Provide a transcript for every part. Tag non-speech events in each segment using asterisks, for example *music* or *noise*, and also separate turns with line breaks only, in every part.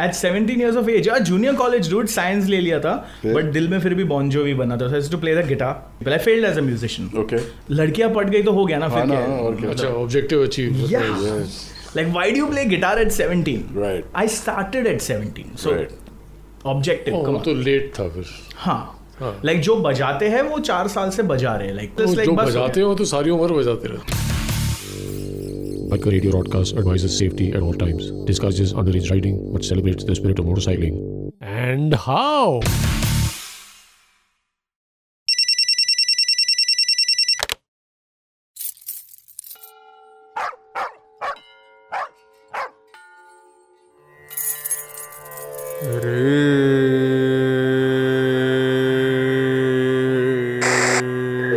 Eight 17 years of age a junior college dude science ले लिया था
फिर?
बट दिल में फिर भी बॉन्जो भी बना था so I used to play the guitar but I failed as a musician
okay
लड़कियां पट गई तो हो गया ना
हाँ
फिर
ना
क्या है?
और
अच्छा
क्या
objective achieve
Yeah.
Yes
Like, why do you play guitar at 17?
Right.
I started at 17. So,
right
objective. come
वो
on.
तो लेट था फिर
हाँ. Like, जो बजाते हैं वो चार साल से बजा रहे हैं. Like,
वो
just like
जो
बस हो
बजाते
गया.
हो तो सारी उम्र बजाते रहते
Biker Radio Broadcast advises safety at all times, discourages underage riding, but celebrates the spirit of motorcycling. And how?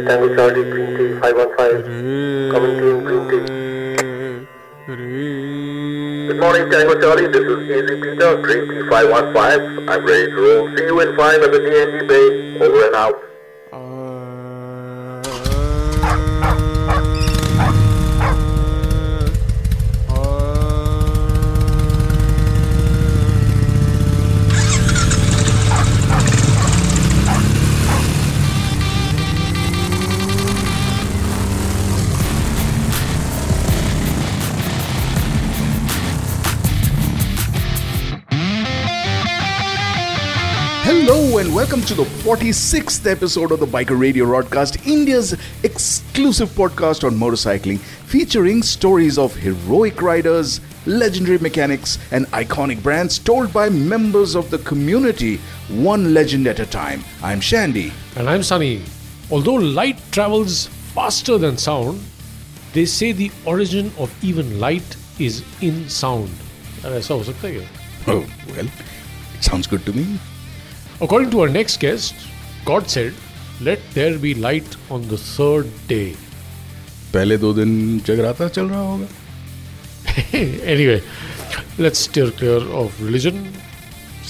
Tango Charlie, Green Tea 515. Coming to Green Tea. Good morning, Tango Charlie. This is Easy Peter, Green Tea 515. I'm ready to roll. See you in 5 at the DND Bay. Over and out.
Hello and welcome to the 46th episode of the Biker Radio Broadcast, India's exclusive podcast on motorcycling, featuring stories of heroic riders, legendary mechanics, and iconic brands told by members of the community, one legend at a time. I'm Shandy.
And I am Sunny although light travels faster than sound they say the origin of even light is in sound ऐसा हो सकता है क्या
*laughs* Oh, well, it sounds good to me.
According to our next guest, God said, Let there be light on the third day.
पहले दो दिन जगराता चल रहा होगा
anyway, let's steer clear of religion.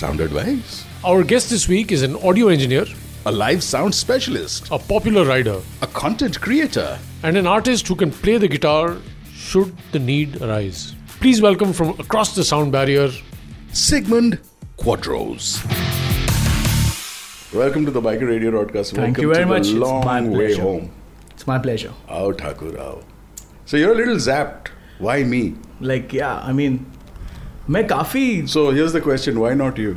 Sound advice.
Our guest this week is an audio engineer,
A live sound specialist,
a popular rider,
a content creator.
and an artist who can play the guitar should the need arise. Please welcome from across the sound barrier.
Sigmund Quadros. Welcome to the Biker Radio Broadcast.
Thank
Welcome
you very
to
much.
The
It's
long
my
way
pleasure.
home.
It's my pleasure.
Ao Thakur ao. So you're a little zapped. Why me?
Like, yeah, I mean, मैं काफी
So here's the question: Why not you?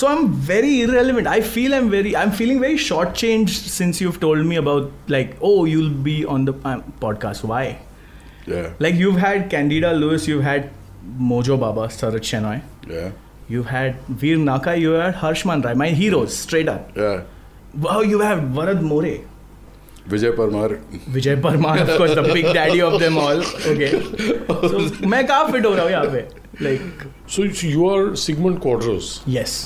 so I'm very irrelevant. I feel I'm very I'm feeling very shortchanged since you've told me about like oh you'll be on the um, podcast. Why?
Yeah.
Like you've had Candida Lewis, you've had Mojo Baba, Sarat Shenoy.
Yeah.
You had Veer Naka, you had Harshman Rai, my heroes, straight up.
Yeah.
Wow, you have Varad More,
Vijay Parmar.
Vijay Parmar, of course, the big daddy of them all. Okay. So, मैं कहाँ fit हो रहा हूँ यहाँ पे? Like,
So you- you are Sigmund Quadros,
yes,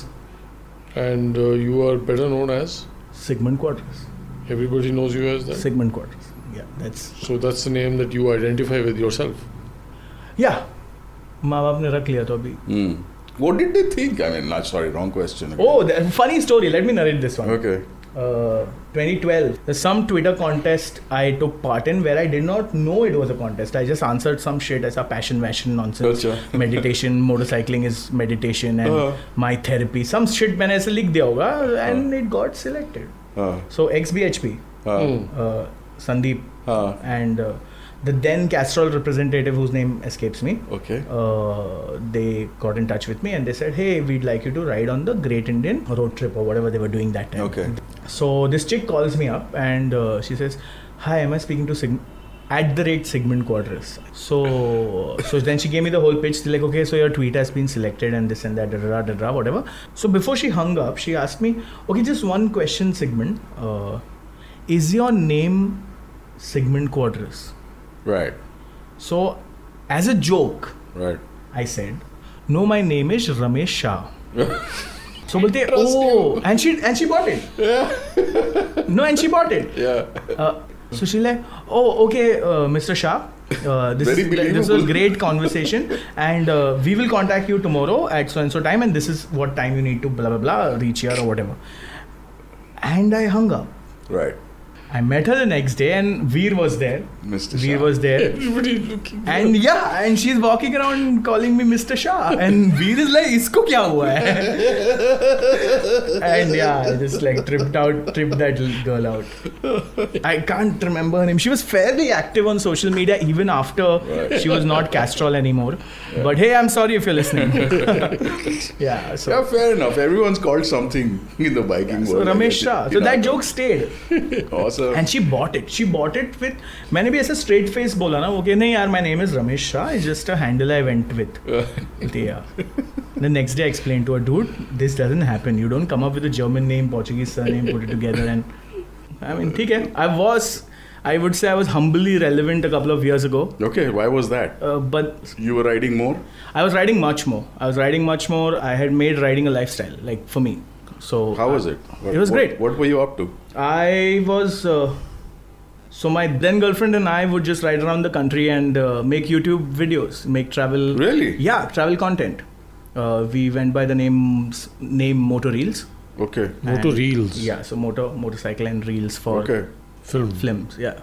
and uh, you are better known as,
Sigmund Quadras.
everybody knows you as that.
Sigmund Quadras. Yeah, that's,
So that's the name that you identify with yourself.
yeah. माँ बाप ने रख लिया तो अभी
Hmm. What did they think? I mean, not sorry, wrong question. again.
Oh, the, funny story. Let me narrate this one.
Okay.
Uh, 2012, there's some Twitter contest I took part in where I did not know it was a contest. I just answered some shit as a passion, passion nonsense.
Gotcha.
*laughs* meditation, motorcycling is meditation, and
Uh-huh.
my therapy. Some shit मैंने ऐसे लिख दिया होगा, and it got selected.
Uh,
So XBHP,
uh,
Hmm.
uh, Sandeep,
uh,
and uh, the then Castrol representative whose name escapes me.
okay.
Uh, they got in touch with me and they said, "Hey, we'd like you to ride on the Great Indian Road Trip or whatever they were doing that time."
Okay.
So this chick calls me up and uh, she says, "Hi, am I speaking to Sig- at the rate Sigmund Quadras?" So so then she gave me the whole pitch. Like, okay, so your tweet has been selected and this and that, da, da, da, da, da, whatever. So before she hung up, she asked me, "Okay, just one question, Sigmund. Uh, is your name Sigmund Quadras?"
Right.
So as a joke,
Right.
I said, "No, my name is Ramesh
*laughs*
Shah." So bolte, oh, and she and she bought it. no, and she bought it.
Yeah.
Uh, so she's like, oh, okay, uh, Mr. Shah. Uh, this,
Very
is, like, this was
believable.
great conversation, and uh, we will contact you tomorrow at so and so time, and this is what time you need to blah blah blah reach here or whatever. And I hung up.
Right.
I met her the next day, and Veer was there.
Mr.
Veer
Shah.
was there,
Everybody looking.
and yeah, and she's walking around calling me Mr. Shah, and Veer is like, "Isko kya hua hai?" and yeah, I just like tripped out, tripped that l- girl out. I can't remember her name. She was fairly active on social media even after she was not Castrol anymore. But hey, I'm sorry if you're listening. yeah, so.
Yeah, fair enough. Everyone's called something in the biking
So
world.
Ramesh Shah. So
You know,
that joke stayed.
Awesome.
And she bought it. She bought it with. मैंने भी ऐसे straight face बोला ना वो कि नहीं यार my name is Ramesh Shah. It's just a handle I went with. yeah. The next day I explained to her, dude, this doesn't happen. You don't come up with a German name, Portuguese surname, put it together and. I mean, ठीक है. I was. I would say I was humbly relevant a couple of years ago.
okay, why was that?
Uh, but
You were riding more?
I was riding much more. I was riding much more. I had made riding a lifestyle, like for me. So
How was it?
It was great.
What were you up to?
I was. Uh, so my then girlfriend and I would just ride around the country and uh, make YouTube videos, make travel.
Really?
Yeah, travel content. Uh, we went by the name name Motor Reels.
Okay.
Motor
And-
reels.
Yeah, so motor motorcycle and reels for
Okay.
Film.
films. Yeah.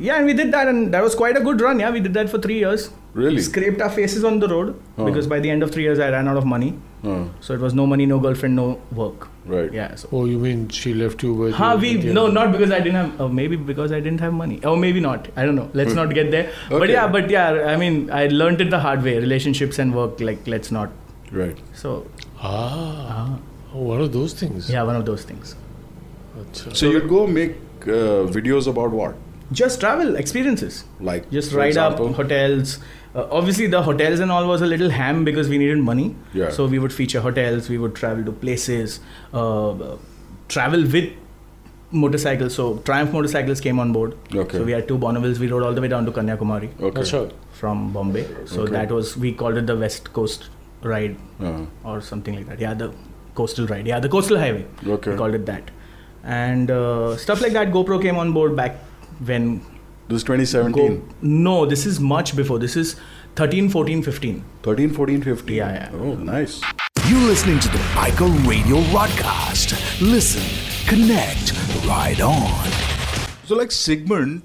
Yeah, and we did that, and that was quite a good run. Yeah, we did that for three years.
Really?
Scraped our faces on the road
Oh.
because by the end of three years, I ran out of money.
Oh,
So it was no money, no girlfriend, no work.
right.
Yeah, so
Oh, you mean she left you with?
Ha, we,
Indian-
no, not because I didn't have, oh, maybe because I didn't have money. Oh, maybe not. I don't know. Let's not get there. But
Hmm. Okay.
yeah, but yeah, I mean, I learned it the hard way. Relationships and work, like, let's not.
Right.
So,
Ah. Oh, what are those things?
yeah, one of those things.
Acha.
So you'd go make uh, videos about what?
Just travel, experiences.
Like
Just
for
ride
example?
up hotels. Uh, obviously, the hotels and all was a little ham because we needed money.
Yeah.
So we would feature hotels, we would travel to places, uh, uh, travel with motorcycles. So Triumph motorcycles came on board.
Okay.
So we had two Bonnevilles. We rode all the way down to Kanyakumari.
Okay.
Acha.
from Bombay. So
Okay.
that was we called it the West Coast Ride
Uh,
or something like that. Yeah, the coastal ride. Yeah, the coastal highway.
Okay.
We called it that, and uh, stuff like that. GoPro came on board back when.
this is
Go,
2017.
no, this is much before. This is 13, 14, 15.
13, 14, 15.
Yeah, yeah.
Oh, nice.
You're listening to the Biker Radio Rodcast. Listen, connect, ride on.
So, like Sigmund,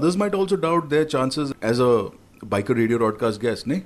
others might also doubt their chances as a biker radio broadcast guest, ne?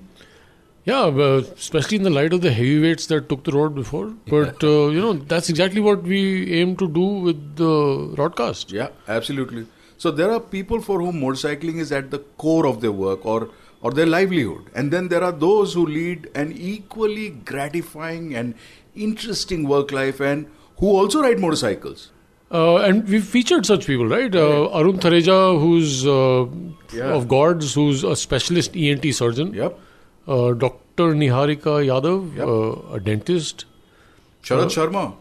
Yeah, well, especially in the light of the heavyweights that took the road before. But uh, you know, that's exactly what we aim to do with the broadcast.
Yeah, absolutely. So there are people for whom motorcycling is at the core of their work or or their livelihood, and then there are those who lead an equally gratifying and interesting work life, and who also ride motorcycles.
Uh, and we've featured such people, right? Uh, Arun Tareja, who's uh,
Yeah.
of Gods, who's a specialist ENT surgeon.
Yep.
Uh, Dr. Niharika Yadav,
Yep.
uh, a dentist.
Sharad Sharma,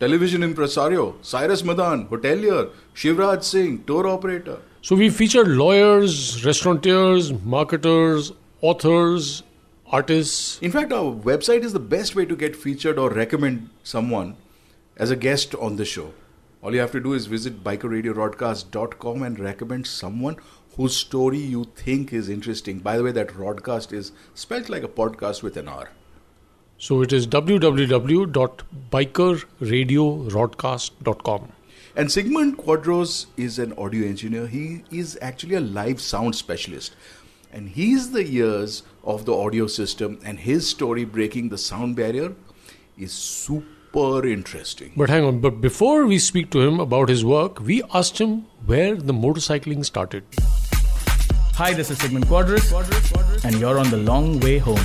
television impresario, Cyrus Madan, hotelier, Shivraj Singh, tour operator.
So we featured lawyers, restaurateurs, marketers, authors, artists.
In fact, our website is the best way to get featured or recommend someone as a guest on the show. All you have to do is visit bikerradiorodcast.com and recommend someone whose story you think is interesting. By the way, that broadcast is spelt like a podcast with an R.
So it is www.bikerradiorodcast.com.
And Sigmund Quadros is an audio engineer. He is actually a live sound specialist. And he's the ears of the audio system, and his story breaking the sound barrier is super interesting.
But hang on, but before we speak to him about his work, we asked him where the motorcycling started.
Hi, this is Sigmund Quadris, and you're on the long way home.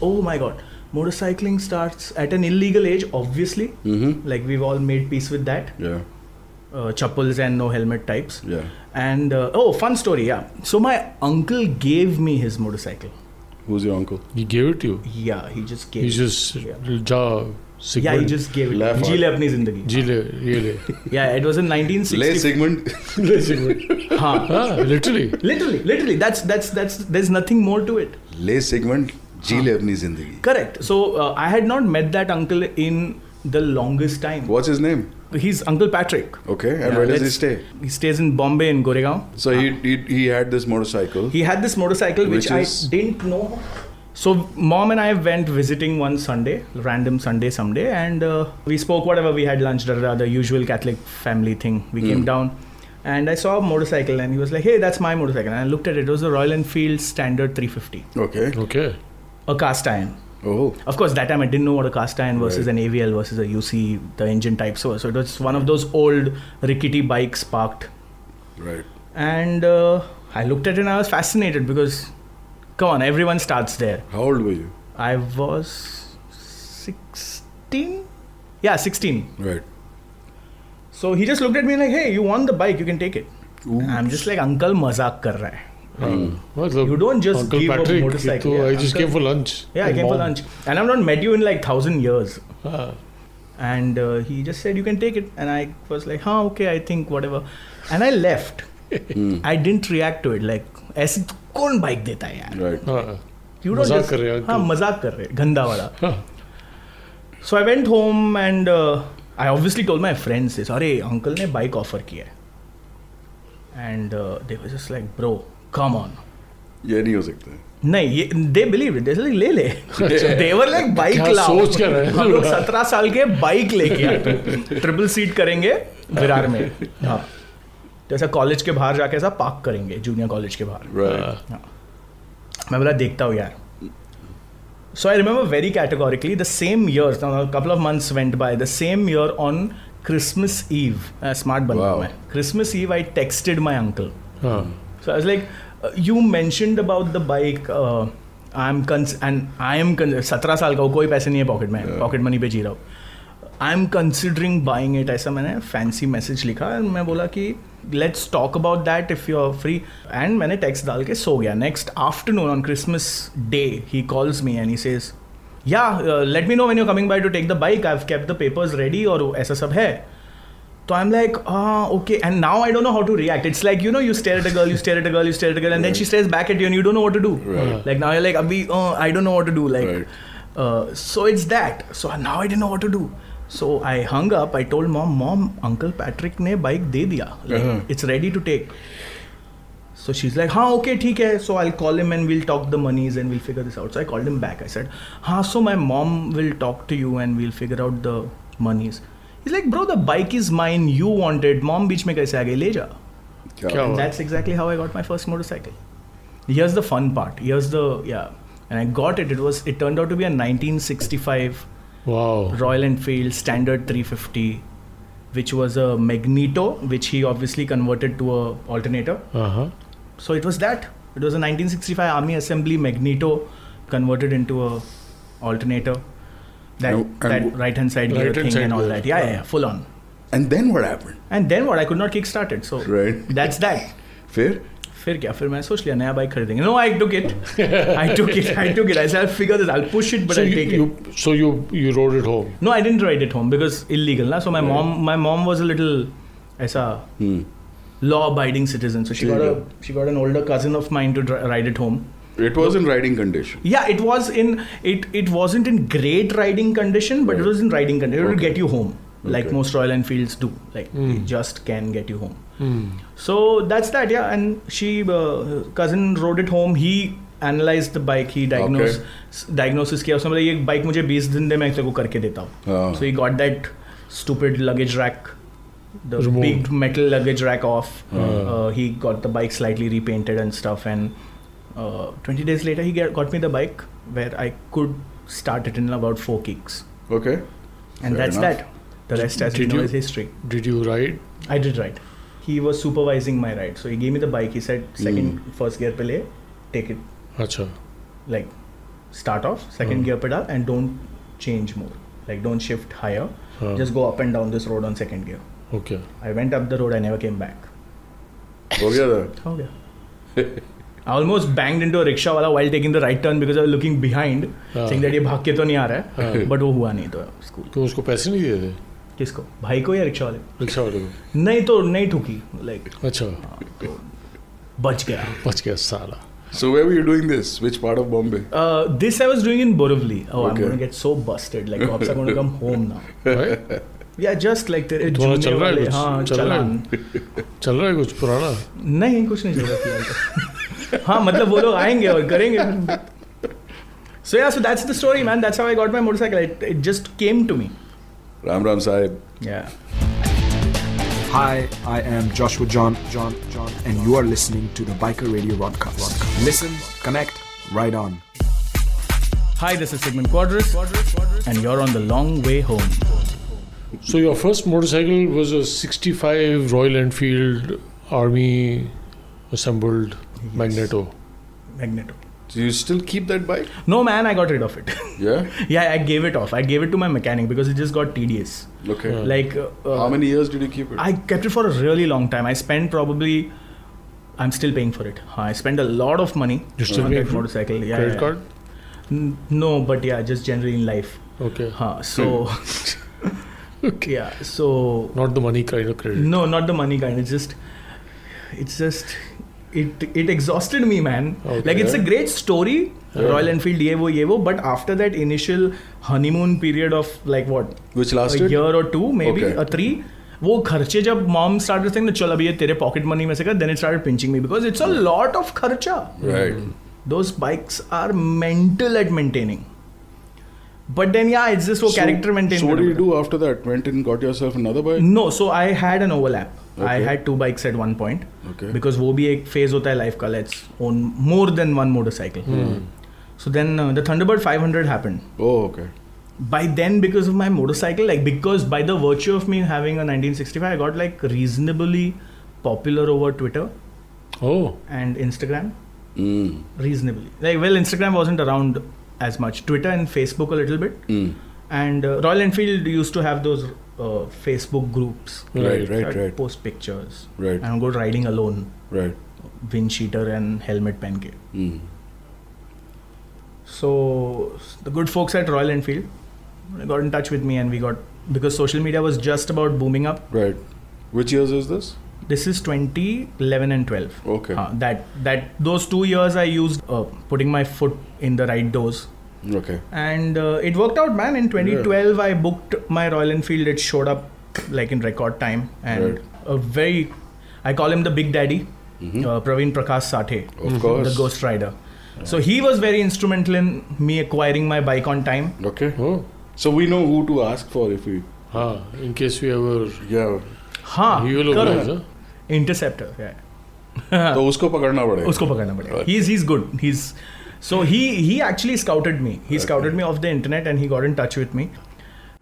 Oh my god. Motorcycling starts at an illegal age, obviously.
Mm-hmm.
Like, we've all made peace with that.
Yeah,
uh, chappals and no helmet types.
Yeah.
And uh, oh, fun story, yeah. So my uncle gave me his motorcycle.
who's your uncle?
He gave it to you.
Yeah, he just gave.
He
it.
just
Yeah.
ja
Yeah, he
Sigmund.
just gave it.
Laugh out.
Jile apni zindagi.
Jile,
*laughs*
really.
Yeah, it was in
Lay
1960.
Sigmund.
*laughs* Huh.
ah, literally.
Literally, literally. That's that's that's. There's nothing more to it.
ले segment जी ले अपनी जिंदगी
Correct. So uh, I had not met that uncle in the longest time.
What's his name?
He's Uncle Patrick.
Okay, and
Yeah,
where does he
let's-
stay?
He stays in Bombay in Goregaon.
So he, he he had this motorcycle.
he had this motorcycle which,
Which is-
I didn't know. So mom and I went visiting one Sunday, random Sunday, someday, and uh, we spoke whatever we had lunch, da, da, da, the usual Catholic family thing. We came down, and I saw a motorcycle, and he was like, "Hey, that's my motorcycle." And I looked at it; it was a Royal Enfield Standard 350,
Okay.
Okay.
Ah.
a cast iron.
Oh.
Of course, that time I didn't know what a cast iron versus an AVL versus a UC, the engine types were. So it was one of those old rickety bikes parked
Right.
and uh, I looked at it and I was fascinated because, come on, everyone starts there.
How old were you?
I was 16? Yeah, 16.
Right.
So he just looked at me like, hey, you want the bike, you can take it. And I'm just like, uncle mazak kar raha hai.
Well, look,
Hmm. You don't just
Uncle
give a
Patrick,
motorcycle,
you two,
yeah,
I just
Uncle-
came for lunch.
Yeah, I
And
came for
mom.
lunch. And I've not met you in like thousand years.
Ah.
And uh, he just said, you can take it. And I was like, huh, okay, I think, whatever. And I left.
Hmm.
I did't react to it. Like, ऐसे कौन bike देता है यार
Right.
Ah,
You don't
मजाक
just-
कर रहे हैं
हाँ
uncle.
मजाक कर रहे हैं, गंदा
ah,
वाला
हाँ.
So I went home and I obviously told my friends this अरे अंकल ने बाइक ऑफर किया uh, है and they was just like bro come on
ये नहीं हो सकता
नहीं ये दे बिलीव इट जैसे ले ले देवर लाइक बाइक
*laughs* क्या
लाओ
सोच क्या रहे हैं?
हम लोग सत्रह साल के बाइक लेके आए ट्रिपल सीट करेंगे विरार में हाँ जैसा कॉलेज के बाहर जाके ऐसा पार्क करेंगे जूनियर कॉलेज के बाहर
Right.
मैं बोला देखता हूँ यार so I remember very categorically the same year couple of months went by the same year on Christmas eve smart bun
Wow.
मैं Christmas eve I texted my uncle Hmm.
Ah.
So I was like, uh, you mentioned about the bike. Uh, I'm cons- and I am con- 17 साल का हूँ कोई पैसे नहीं है pocket में pocket money पे जी रहा हूँ I am considering buying it ऐसा मैंने फैंसी मैसेज लिखा and मैं बोला कि let's talk about that if you are free and मैंने टेक्स्ट डाल के सो गया next afternoon on Christmas day he calls me and he says yeah let me know when you coming by to take the bike I have kept the papers ready और ऐसा सब है तो I am like okay and now I don't know how to react it's like you know you stare at a girl you stare at a girl you stare at a girl and then she stares back at you and you don't know what to do
Right.
Like now you like अभी I don't know what to do like so it's that so now I don't know what to do so I hung up I told mom mom uncle Patrick ने bike दे दिया like it's ready to take So she's like, हाँ okay ठीक है so I'll call him and we'll talk the monies and we'll figure this out. So I called him back. I said, हाँ so my mom will talk to you and we'll figure out the monies. He's like, bro the bike is mine. You want it. Mom बीच में कैसे आ गई ले जा.
Oh,
क्या
And that's exactly how I got my first motorcycle. Here's the fun part. Here's the yeah. And I got it. It was it turned out to be a 1965
Wow.
Royal Enfield standard 350, which was a magneto, which he obviously converted to a alternator.
Uh-huh.
So it was that. It was a 1965 Army Assembly Magneto converted into a alternator. That,
And- and-
that right hand side gear
Right-hand
thing
side
and all
gear.
that. Yeah, yeah, yeah, full on.
And then what happened?
And then what? I could not kickstart it. So
Right.
that's that.
फिर
फिर क्या फिर मैंने सोच लिया नया bike खरीदेंगे no I took it I took it I took it I said figure this I push it but
So
I
you,
take
you, so you you rode it home.
No, I didn't ride it home because illegal, na. So my mom, my mom was a little, ऐसा
Hmm.
law-abiding citizen. So she got a she got an older cousin of mine to dri- ride it home.
it was in riding condition.
Yeah, it was in it it wasn't in great riding condition, but it was in riding condition. It would get you home, like
Okay.
most Royal Enfields do. Like
Hmm.
they just can get you home. So that's that, yeah. And she uh, cousin rode it home. He analyzed the bike. He diagnosed diagnosis किया उसने बोला ये bike मुझे 20 दिन दे मैं तेरे को करके देता
हाँ.
हूँ. So he got that stupid luggage rack. The
Removed.
big metal luggage rack off.
Ah.
Uh, he got the bike slightly repainted and stuff. And uh, 20 days later, he get, got me the bike where I could start it in about four kicks.
Okay.
And
Fair
that's
enough.
that. The rest, as you
did
know,
you-
is history.
Did you ride?
I did ride. He was supervising my ride. So he gave me the bike. He said, second, first gear pe le, take it,
अच्छा,
Acha.
like, start off, second gear pedal, and don't change more. Like, don't shift higher.
हाँ, Hmm.
Huh.
Just go up and down this road on second gear.
Okay.
I went up the road, I never came back.
हो गया था
हो गया *laughs* I almost banged into a rickshaw wala while taking the right turn because I was looking behind,
हाँ.
saying that ये भाग के तो नहीं आ रहा है
हाँ.
बट वो हुआ नहीं तो स्कूल
तो उसको पैसे नहीं दिए थे
किसको भाई को या रिक्शा वाले को?
रिक्शा वाले को
नहीं तो नहीं ठुकी लाइक
अच्छा
बच गया
बच गया साला
So where were you doing this? Which part of Bombay?
Uh, this I was doing in Borivali. Oh, I'm
Okay.
going to get so busted. Like, cops are going to come home now.
Right?
*laughs* Yeah, just like the
तुम्हारा
junior
चल रहा है
वाले,
कुछ?
हाँ,
चल रहा है?
चलान
चल रहा है कुछ पुराना
*laughs* नहीं कुछ नहीं चल रहा फिलहाल तो। हाँ मतलब वो लोग आएंगे और करेंगे So yeah, so that's the story, man. That's how I got my motorcycle. It, it just came to me.
Ram Ram Sahib.
Yeah.
Hi, I am Joshua John, John, John, and you are listening to the Biker Radio Podcast. Listen, connect, ride on.
Hi, this is Sigmund Quadris, and you're on the long way home.
So your first motorcycle was a 65 Royal Enfield Army assembled Magneto.
Magneto.
Do you still keep that bike?
No, man, I got rid of it. *laughs*
Yeah.
yeah, I gave it off. I gave it to my mechanic because it just got tedious.
Okay.
Like, uh,
How
uh,
many years did you keep it?
I kept it for a really long time. I spent probably. I'm still paying for it. I spent a lot of money
You're still
on
paying
that
for it?
motorcycle. Yeah,
Credit
yeah.
card?
N- No, but yeah, just generally in life.
Okay. Hmm.
Huh.
*laughs*
So. Yeah. So
Not the money kind of credit.
No, not the money kind. It's just, it's just, it it exhausted me, man. Like it's a great story, Royal Enfield, ye wo, ye wo, but after that initial honeymoon period of like what,
Which
a
lasted?
year or two, maybe
Okay.
a three. वो खर्चे जब mom start thing "तो चल अभी ये तेरे pocket money में से कर then it start pinching me because it's a
Hmm.
Lot of खर्चा
Right.
those bikes are mental at maintaining but then yeah it's just वो character maintain
So what
करना
do you
पड़ता है.
do after that? Went and got yourself another bike?
No, so I had an overlap. I
Okay.
had two bikes at one point.
Okay.
Because वो भी एक phase होता है life का. Let's own more than one motorcycle.
Hmm.
So then uh, the Thunderbird 500 happened.
Oh, okay.
By then, because of my motorcycle, like because by the virtue of me having a 1965, I got like reasonably popular over Twitter Hmm.
Oh,
and Instagram.
Mm.
Reasonably, like well, Instagram wasn't around as much. Twitter and Facebook a little bit.
Mm.
And uh, Royal Enfield used to have those uh, Facebook groups.
Right,
So
right,
I'd
right.
Post pictures.
Right.
and go riding alone,
Right.
wind cheater and helmet pancake.
Mm.
So the good folks at Royal Enfield got in touch with me and we got because social media was just about booming up.
Right. Which years is this?
This is 2011 and 12.
Okay.
Uh, that that those two years I used uh, putting my foot in the right doors
Okay.
and uh, it worked out, man. In 2012 I booked my Royal Enfield. It showed up like in record time and
Right. Mm-hmm.
a very I call him the Big Daddy, uh, Praveen Prakash Sathe. Mm-hmm.
Of course.
the Ghost Rider. So he was very instrumental in me acquiring my bike on time.
Okay.
oh.
So we know who to ask for if we.
Ah, in case we ever.
Yeah.
हाँ
You will oblige, huh?
Interceptor yeah.
तो उसको पकड़ना पड़ेगा.
उसको पकड़ना पड़ेगा he is he is good he is so he he actually scouted me he scouted me off the internet and he got in touch with me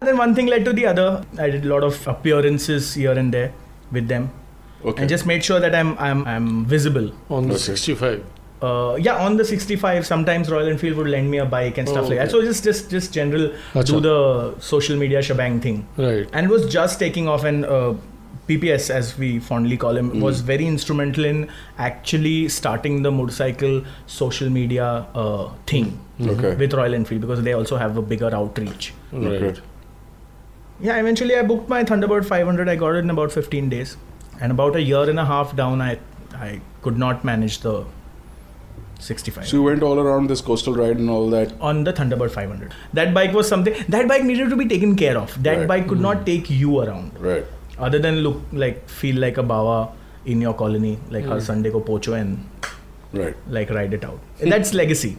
then one thing led to the other i did a lot of appearances here and there with them
Okay.
and just made sure that i'm i'm i'm visible
On the
Okay.
65.
uh, yeah on the 65 sometimes royal enfield would lend me a bike and stuff
Oh,
like that so just just just general do
Acha.
the social media shebang thing
Right.
and it was just taking off and uh, pps as we fondly call him was very instrumental in actually starting the motorcycle social media uh, thing
Okay.
with royal enfield because they also have a bigger outreach
Right.
yeah eventually i booked my thunderbird 500 i got it in about 15 days and about a year and a half down i i could not manage the 65
So you went all around this coastal ride and all that.
on the Thunderbird 500, that bike was something that bike needed to be taken care of. That
Right. Hmm.
bike could not take you around.
Right.
other than look like feel like a bawa in your colony like
Hmm.
her sunday go pocho and
Right.
like ride it out
Hmm.
that's legacy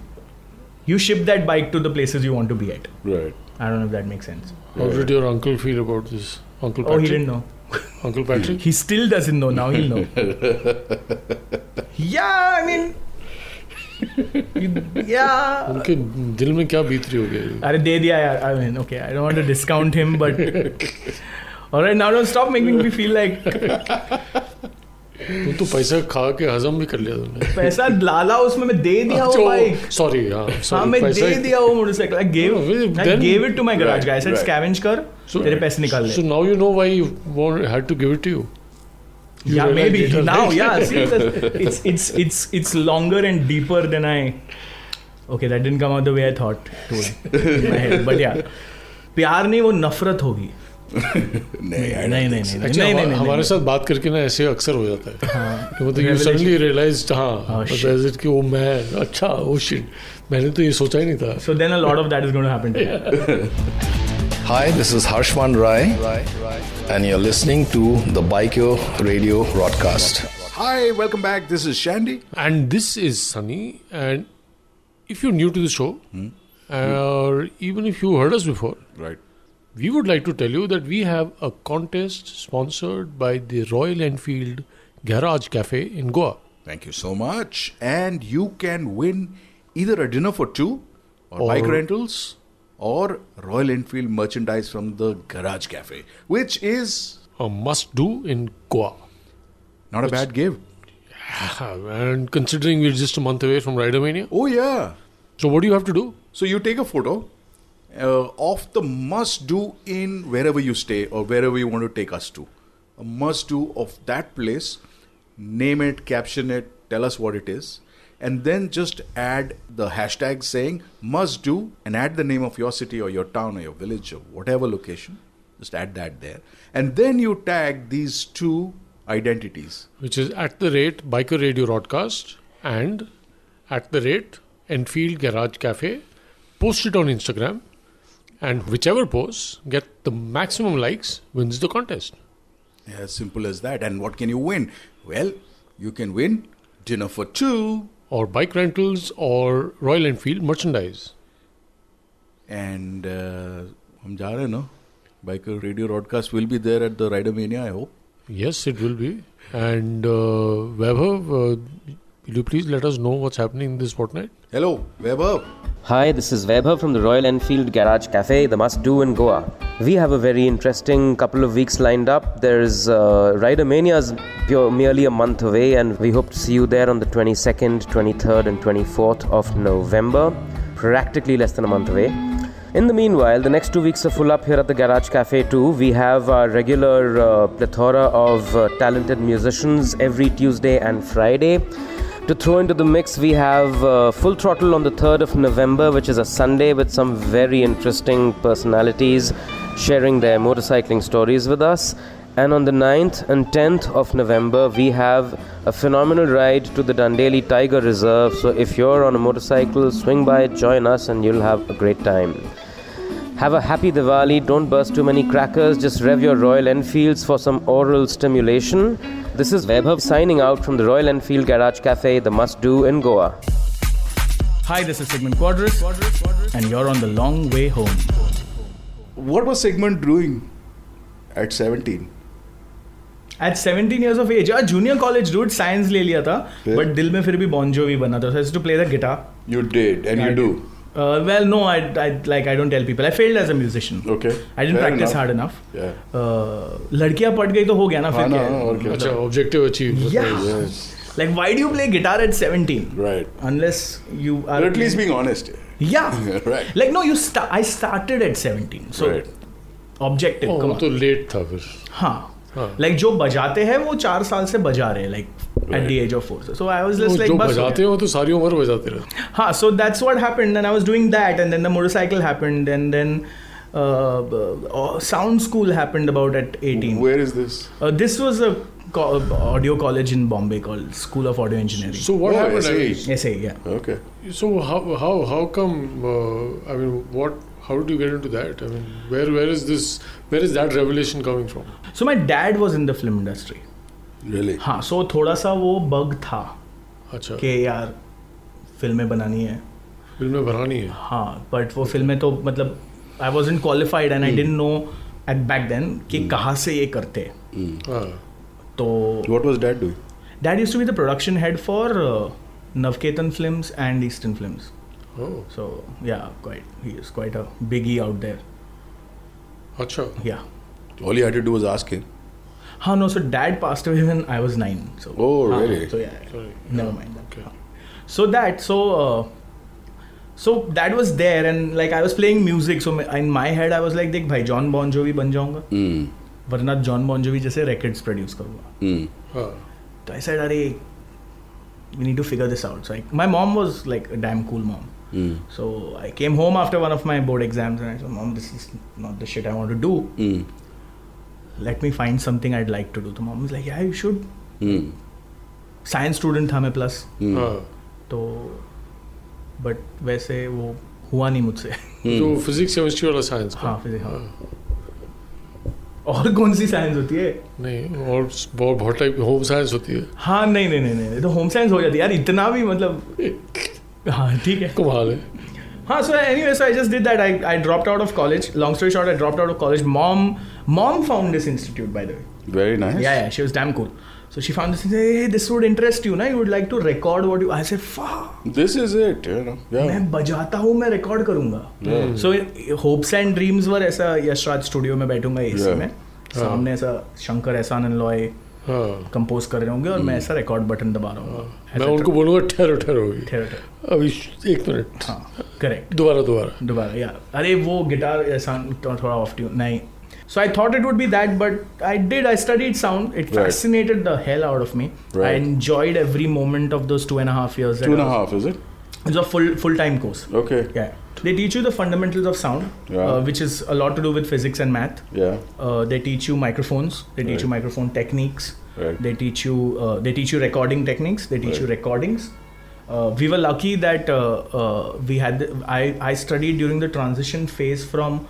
you ship that bike to the places you want to be at
Right.
i don't know if that makes sense
How did your uncle feel about this? Uncle
oh
Patrick?
he didn't know
Uncle Patrick?
he still doesn't know now he'll
*laughs*
know yeah i mean you- yeah
उनके दिल में क्या बीत रही होगी
अरे दे दिया यार I mean okay I don't want to discount him
*laughs*
but alright now don't stop making me feel like
तुम तो पैसा खा के हजम भी कर लिया तुमने
पैसा लाला उसमें *laughs* मैं दे दिया वो बाइक
सॉरी हाँ
हाँ मैं
सॉरी पैसा
दे दिया वो motorcycle I gave
No, well,
I
then-
gave it to my garage
Right,
guys I
right.
Scavenge कर तेरे पैसे निकाल
So
ले
now you know why you want, had to give it to you.
या may
realize
be
later,
now या see it's it's it's it's longer and deeper than I okay that didn't come out the way I thought to but या प्यार नहीं वो नफरत होगी
नहीं,
नहीं नहीं नहीं नहीं
Actually,
नहीं नहीं
हमा- हमारे
हमारे
साथ बात करके ना ऐसे अक्सर हो जाता है कि मतलब यू
Revelation.
सडनली रियलाइज हाँ
Oh, shit.
realize it कि ओ मैं अच्छा ओ शिट मैंने तो ये सोचा ही नहीं था
so then a lot of that is going to happen to
Hi, this is Harshman Rai, and you're listening to the Bikeo Radio broadcast.
Hi, welcome back. This is Shandy.
Hmm?
And this is Sunny. And if you're new to the show or even if you heard us before,
Right.
we would like to tell you that we have a contest sponsored by the Royal Enfield Garage Cafe in Goa.
Thank you so much. And you can win either a dinner for two, or, bike rentals, or Royal Enfield merchandise from the Garage Cafe, which is
A must do in Goa. *laughs*
not a bad gift.
And considering we're just a month away from Ridermania,
Oh, yeah.
so what do you have to do?
So you take a photo uh, of the must do in wherever you stay or wherever you want to take us to. A must do of that place, name it, caption it, tell us what it is, and then just add the hashtag saying must do and add the name of your city or your town or your village or whatever location. Just add that there. And then you tag these two identities.
Which is at the rate Biker Radio Broadcast and at the rate Enfield Garage Cafe. Post it on Instagram, and whichever posts get the maximum likes wins the contest.
As simple as that. And what can you win? Well, you can win dinner for two.
or bike rentals or Royal Enfield merchandise.
And uh, हम जा रहे हैं ना Biker Radio broadcast will be there at the Rider Mania, I hope.
Yes, it will be. And uh, Weber, uh, will you please let us know what's happening this fortnight?
Hello, Weber.
Hi, this is Vaibhav from the Royal Enfield Garage Cafe, the must do in Goa. We have a very interesting couple of weeks lined up. There's uh, Rider Mania's pure, merely a month away, and we hope to see you there on the 22nd, 23rd, and 24th of November, practically less than a month away. In the meanwhile, the next two weeks are full up here at the Garage Cafe too. We have our regular uh, plethora of uh, talented musicians every Tuesday and Friday. To throw into the mix, we have uh, Full Throttle on the 3rd of November, which is a Sunday, with some very interesting personalities sharing their motorcycling stories with us. And on the 9th and 10th of November, we have a phenomenal ride to the Dandeli Tiger Reserve. So if you're on a motorcycle, swing by, join us, and you'll have a great time. Have a happy Diwali. Don't burst too many crackers. Just rev your Royal Enfields for some oral stimulation. This is Vaibhav signing out from the Royal Enfield Garage Cafe, the must do in Goa.
Hi, this is Sigmund Quadris, and you're on the long way home.
What was Sigmund doing at 17?
At 17 years of age, a junior college dude, science le liya tha, but dil mein fir bhi Bon Jovi bana tha. So I used to play the guitar.
You did, and you
I
do.
Uh, well, no, I, I like I don't tell people. I failed as a musician.
Okay.
I didn't
Fair
practice
enough.
hard enough.
Yeah. Ah,
Uh, लड़कियां पट गई तो हो गया ना फिर
हाँ ना,
क्या है?
और क्या?
Achha, अच्छा, objective achieved.
Yeah.
Yes.
Like, why do you play guitar at 17?
Right.
Unless you are
But at least being honest. *laughs*
yeah.
Right.
Like no, you start. I started at 17. So
Right.
objective.
Oh,
come
वो
on.
तो late था फिर.
हाँ like जो बजाते हैं वो चार साल से बजा रहे हैं like at the age of four so i was
वो
Oh,
just like
जो
बस हो
बजाते
गया।
हो तो सारी उम्र बजाते रहे.
हाँ so that's what happened and i was doing that and then the motorcycle happened and then uh, uh, sound school happened about at 18
Where is this?
uh, this was a co- uh, audio college in bombay called school of audio engineering
So what
Oh,
happened? I
SAE.
mean,
SA, yeah
Okay.
so how how how come? Uh, I mean, what? How did you get into that? I mean, where where is this? Where is that revelation coming from?
so my dad was in the film industry
Really?
हाँ so थोड़ा सा वो bug था
अच्छा,
कि यार फिल्में बनानी है
फिल्में बनानी है.
हाँ बट वो फिल्में तो मतलब I was in qualified and I didn't know at back then कि कहाँ से ये करते हैं।
हाँ.
तो
What was dad doing?
Dad used to be the production head for uh, Navketan films and eastern films
Oh,
so yeah quite he is quite a biggie out there
अच्छा.
Yeah
All you had to do was ask him.
हाँ no so dad passed away when I was 9 so
Oh, really?
So yeah never mind so that so so that was there and like I was playing music so in my head I was like देख भाई John बॉन जोवी बन जाऊंगा
Hmm,
वरना John बॉन जोवी जैसे records produce करूंगा
हाँ.
तो I said अरे we need to figure this out. So I, my mom was like a damn cool mom.
hmm,
So I came home after one of my board exams and I said, Mom, this is not the shit I want to do.
hmm,
Let me find something I'd like to do. So mom was like, Yeah, you should.
hmm,
Science student था मैं plus.
हाँ.
तो but वैसे वो हुआ नहीं मुझसे
जो फिजिक्स केमिस्ट्री वाला साइंस
हाँ फिर हाँ और कौन सी साइंस होती है
नहीं और बहुत बहुत टाइप की होम साइंस होती है
हाँ नहीं नहीं नहीं नहीं तो होम साइंस हो जाती है यार इतना भी मतलब हाँ ठीक है
कमाल है
Huh, so anyway, so I just did that. I, I dropped out of college. Long story short, I dropped out of college. Mom mom found this institute, by the way.
Very nice.
Yeah, yeah, she was damn cool. So she found this. and said, Hey, this would interest you, na? You would like to record what you. I said, fuck.
This is it. You know. Yeah.
मैं बजाता हूँ मैं record करूंगा so hopes and dreams were ऐसा Yashraj studio में बैठूंगा AC
Yeah.
में सामने ऐसा शंकर एहसान एंड लॉय कंपोज कर रहे होंगे और
Hmm.
मैं ऐसा रिकॉर्ड बटन दबा रहा हूँ
हाँ। मैं उनको बोलूंगा ठहरो ठहरोगी
थिएटर
अभी श- एक मिनट
हाँ करेक्ट
दोबारा दोबारा
दोबारा या अरे वो गिटार एहसान थो- थोड़ा ऑफ ट्यून नहीं So I thought it would be that, but I did. I studied sound. It
Right.
fascinated the hell out of me. I
Right.
enjoyed every moment of those two and a half years. that
Two and
I
a
was-
half, is it?
It's a full full time course.
Okay.
Yeah. They teach you the fundamentals of sound,
Yeah.
uh, which is a lot to do with physics and math.
Yeah.
Uh, they teach you microphones. They teach you microphone techniques.
Right.
They teach you. Uh, they teach you recording techniques. They teach you recordings. Uh, we were lucky that uh, uh, we had. The, I I studied during the transition phase from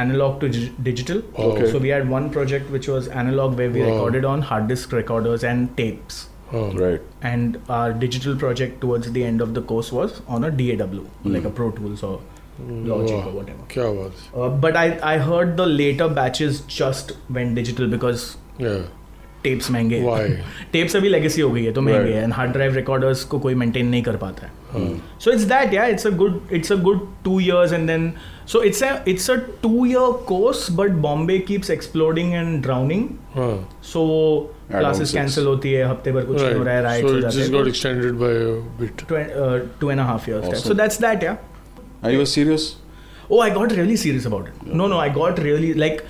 analog to dig- digital.
Okay.
So we had one project which was analog, where we
Wow.
recorded on hard disk recorders and tapes.
हाँ
Right.
And our digital project towards the end of the course was on a DAW, like a Pro Tools or Logic or
Hmm. Wow.
whatever.
क्या बात
Uh, but I, I heard the later batches just went digital because
है
tapes महंगे हैं।
Why?
*laughs* tapes अभी legacy हो गई है तो महंगे
Right.
हैं and hard drive recorders को कोई maintain नहीं कर पाता है
Hmm.
so it's that yeah it's a good it's a good two years and then so it's a it's a two year course but Bombay keeps exploding and drowning
हाँ
so classes
six.
cancel होती है हफ्ते भर कुछ नहीं हो रहा है
राइट
riots
सो
हो
इट
जाते
जस्ट गॉट
हैं तो
extended by a bit
Twen- uh, two and a half years time. so that's that yeah
Are you serious?
oh i got really serious about it no no i got really like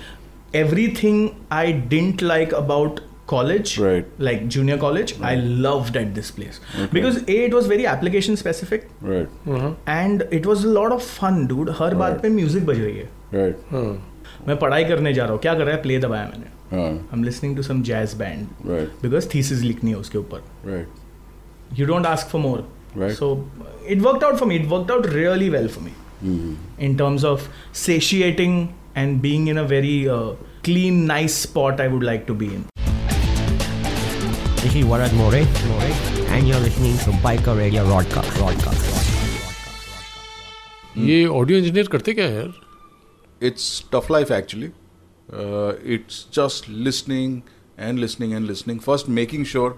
everything i didn't like about college
Right.
like junior college i loved at this place because a it was very application specific
Right.
Uh-huh.
and it was a lot of fun dude हर बात पे music बज रही है
Right.
हाँ।
Hmm. मैं पढ़ाई करने जा रहा हूँ क्या कर रहा है प्ले दबाया मैंने
Uh,
I am listening to some jazz band
right.
Because thesis लिखनी है उसके ऊपर
Right.
you don't ask for more
Right.
so it worked out for me it worked out really well for me in terms of satiating and being in a very uh, clean nice spot i would like to be in
This is Varad More, and you're listening to Biker Radio Broadcast.
ये audio engineer करते क्या है यार
it's tough life actually uh, it's just listening and listening and listening first making sure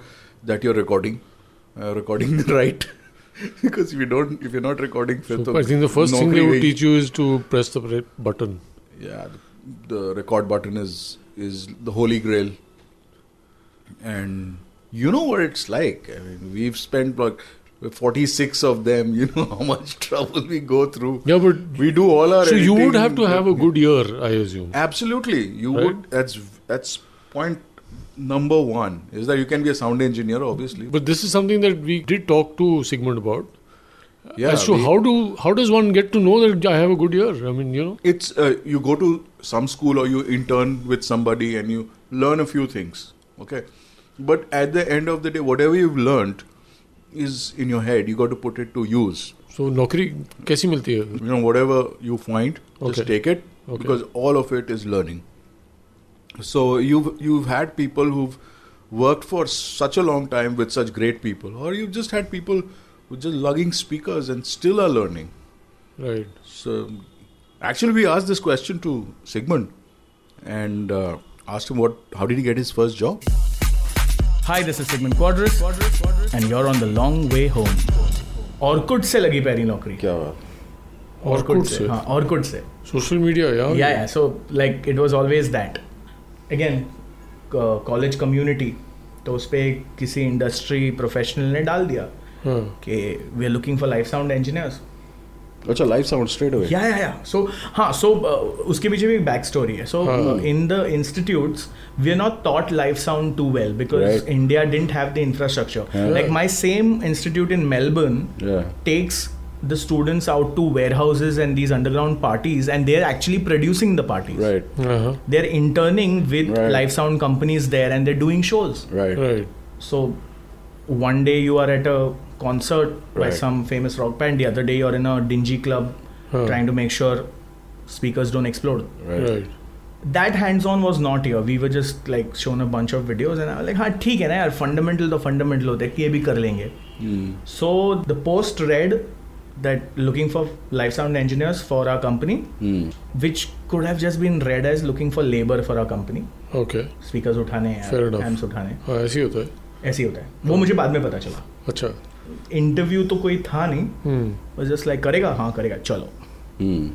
that you're recording uh, recording *laughs* right because if you don't if you're not recording फिर
So
तो
I think the first thing
नौकरी
they would
गई.
teach you is to press the pre- button.
yeah the, the record button is is the holy grail and you know what it's like i mean we've spent like 46 of them *laughs* you know how much trouble we go through
Yeah, but
we do all our
so you would
editing.
have to have a good year, I assume.
Absolutely, you
Right?
would. That's that's point number one is that you can be a sound engineer, obviously.
But this is something that we did talk to Sigmund about.
yeah,
As to
we-
how do how does one get to know that I have a good year? I mean, you know.
it's uh, you go to some school or you intern with somebody and you learn a few things. Okay, but at the end of the day, whatever you've learned is in your head. You got to put it to use.
So नौकरी कैसी मिलती है?
you know whatever you find
Okay.
just take it
Okay.
because all of it is learning so you've you've had people who've worked for such a long time with such great people or you've just had people who just lugging speakers and still are learning
Right.
so actually we asked this question to sigmund and uh, asked him what how did he get his first job
hi this is sigmund quadris and you're on the long way home Orkut से लगी पहली नौकरी
क्या बात?
Orkut
Orkut
से
से?
हाँ Orkut से
Social media, yeah.
yeah yeah so like it was always that again uh, college community तो उस पर किसी इंडस्ट्री प्रोफेशनल ने डाल दिया कि we are looking for live sound engineers
अच्छा live sound straight away
yeah yeah yeah so हाँ सो उसके पीछे भी बैक स्टोरी है uh, सो
हाँ.
In the institutes we are not taught live sound too well because
Right.
India didn't have the infrastructure like my same institute in Melbourne
Yeah.
Takes the students out to warehouses and these underground parties and they're actually producing the parties
Right.
Uh-huh.
they're interning with
Right.
live sound companies there and they're doing shows
Right.
Right.
so one day you are at a concert by
Right.
some famous rock band the other day you're in a dingy club trying to make sure speakers don't explode
Right.
Right.
that hands-on was not here we were just like shown a bunch of videos and i was like हाँ ठीक है ना
Hmm.
यार fundamental तो fundamental होते हैं कि ये भी कर लेंगे so the post read that looking for live sound engineers for our company,
Hmm.
which could have just been read as looking for labor for our company.
Okay
speakers उठाने
Fair
हैं
enough.
amps उठाने हैं।
हाँ ऐसे ही होता है
ऐसे ही होता है वो मुझे बाद में पता चला
अच्छा
इंटरव्यू तो कोई था
Hmm.
नहीं जस्ट लाइक करेगा हाँ करेगा चलो
Hmm,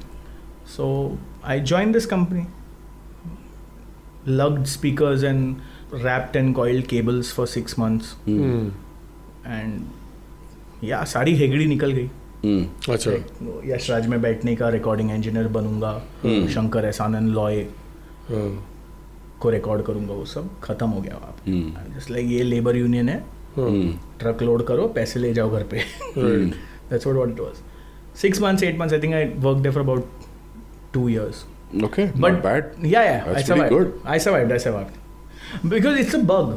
so I join this company lugged speakers and wrapped and coiled cables for six months and yeah सारी हेगड़ी निकल गई
hmm,
अच्छा
Like, यशराज में बैठने का रिकॉर्डिंग इंजीनियर बनूंगा
हम्म.
शंकर एहसानंद लॉय
हाँ,
को रिकॉर्ड करूंगा वो सब खत्म हो गया वहाँ
hmm.
जस्ट लाइक ये लेबर यूनियन है
हाँ।
ट्रक लोड करो पैसे ले जाओ घर पे
Hmm.
Right.
That's what it was six months eight months I think I work there for about two years
Okay,
But-
not bad.
Yeah, yeah. I
That's pretty
survived.
good.
I survived. I survived. Because it's a bug.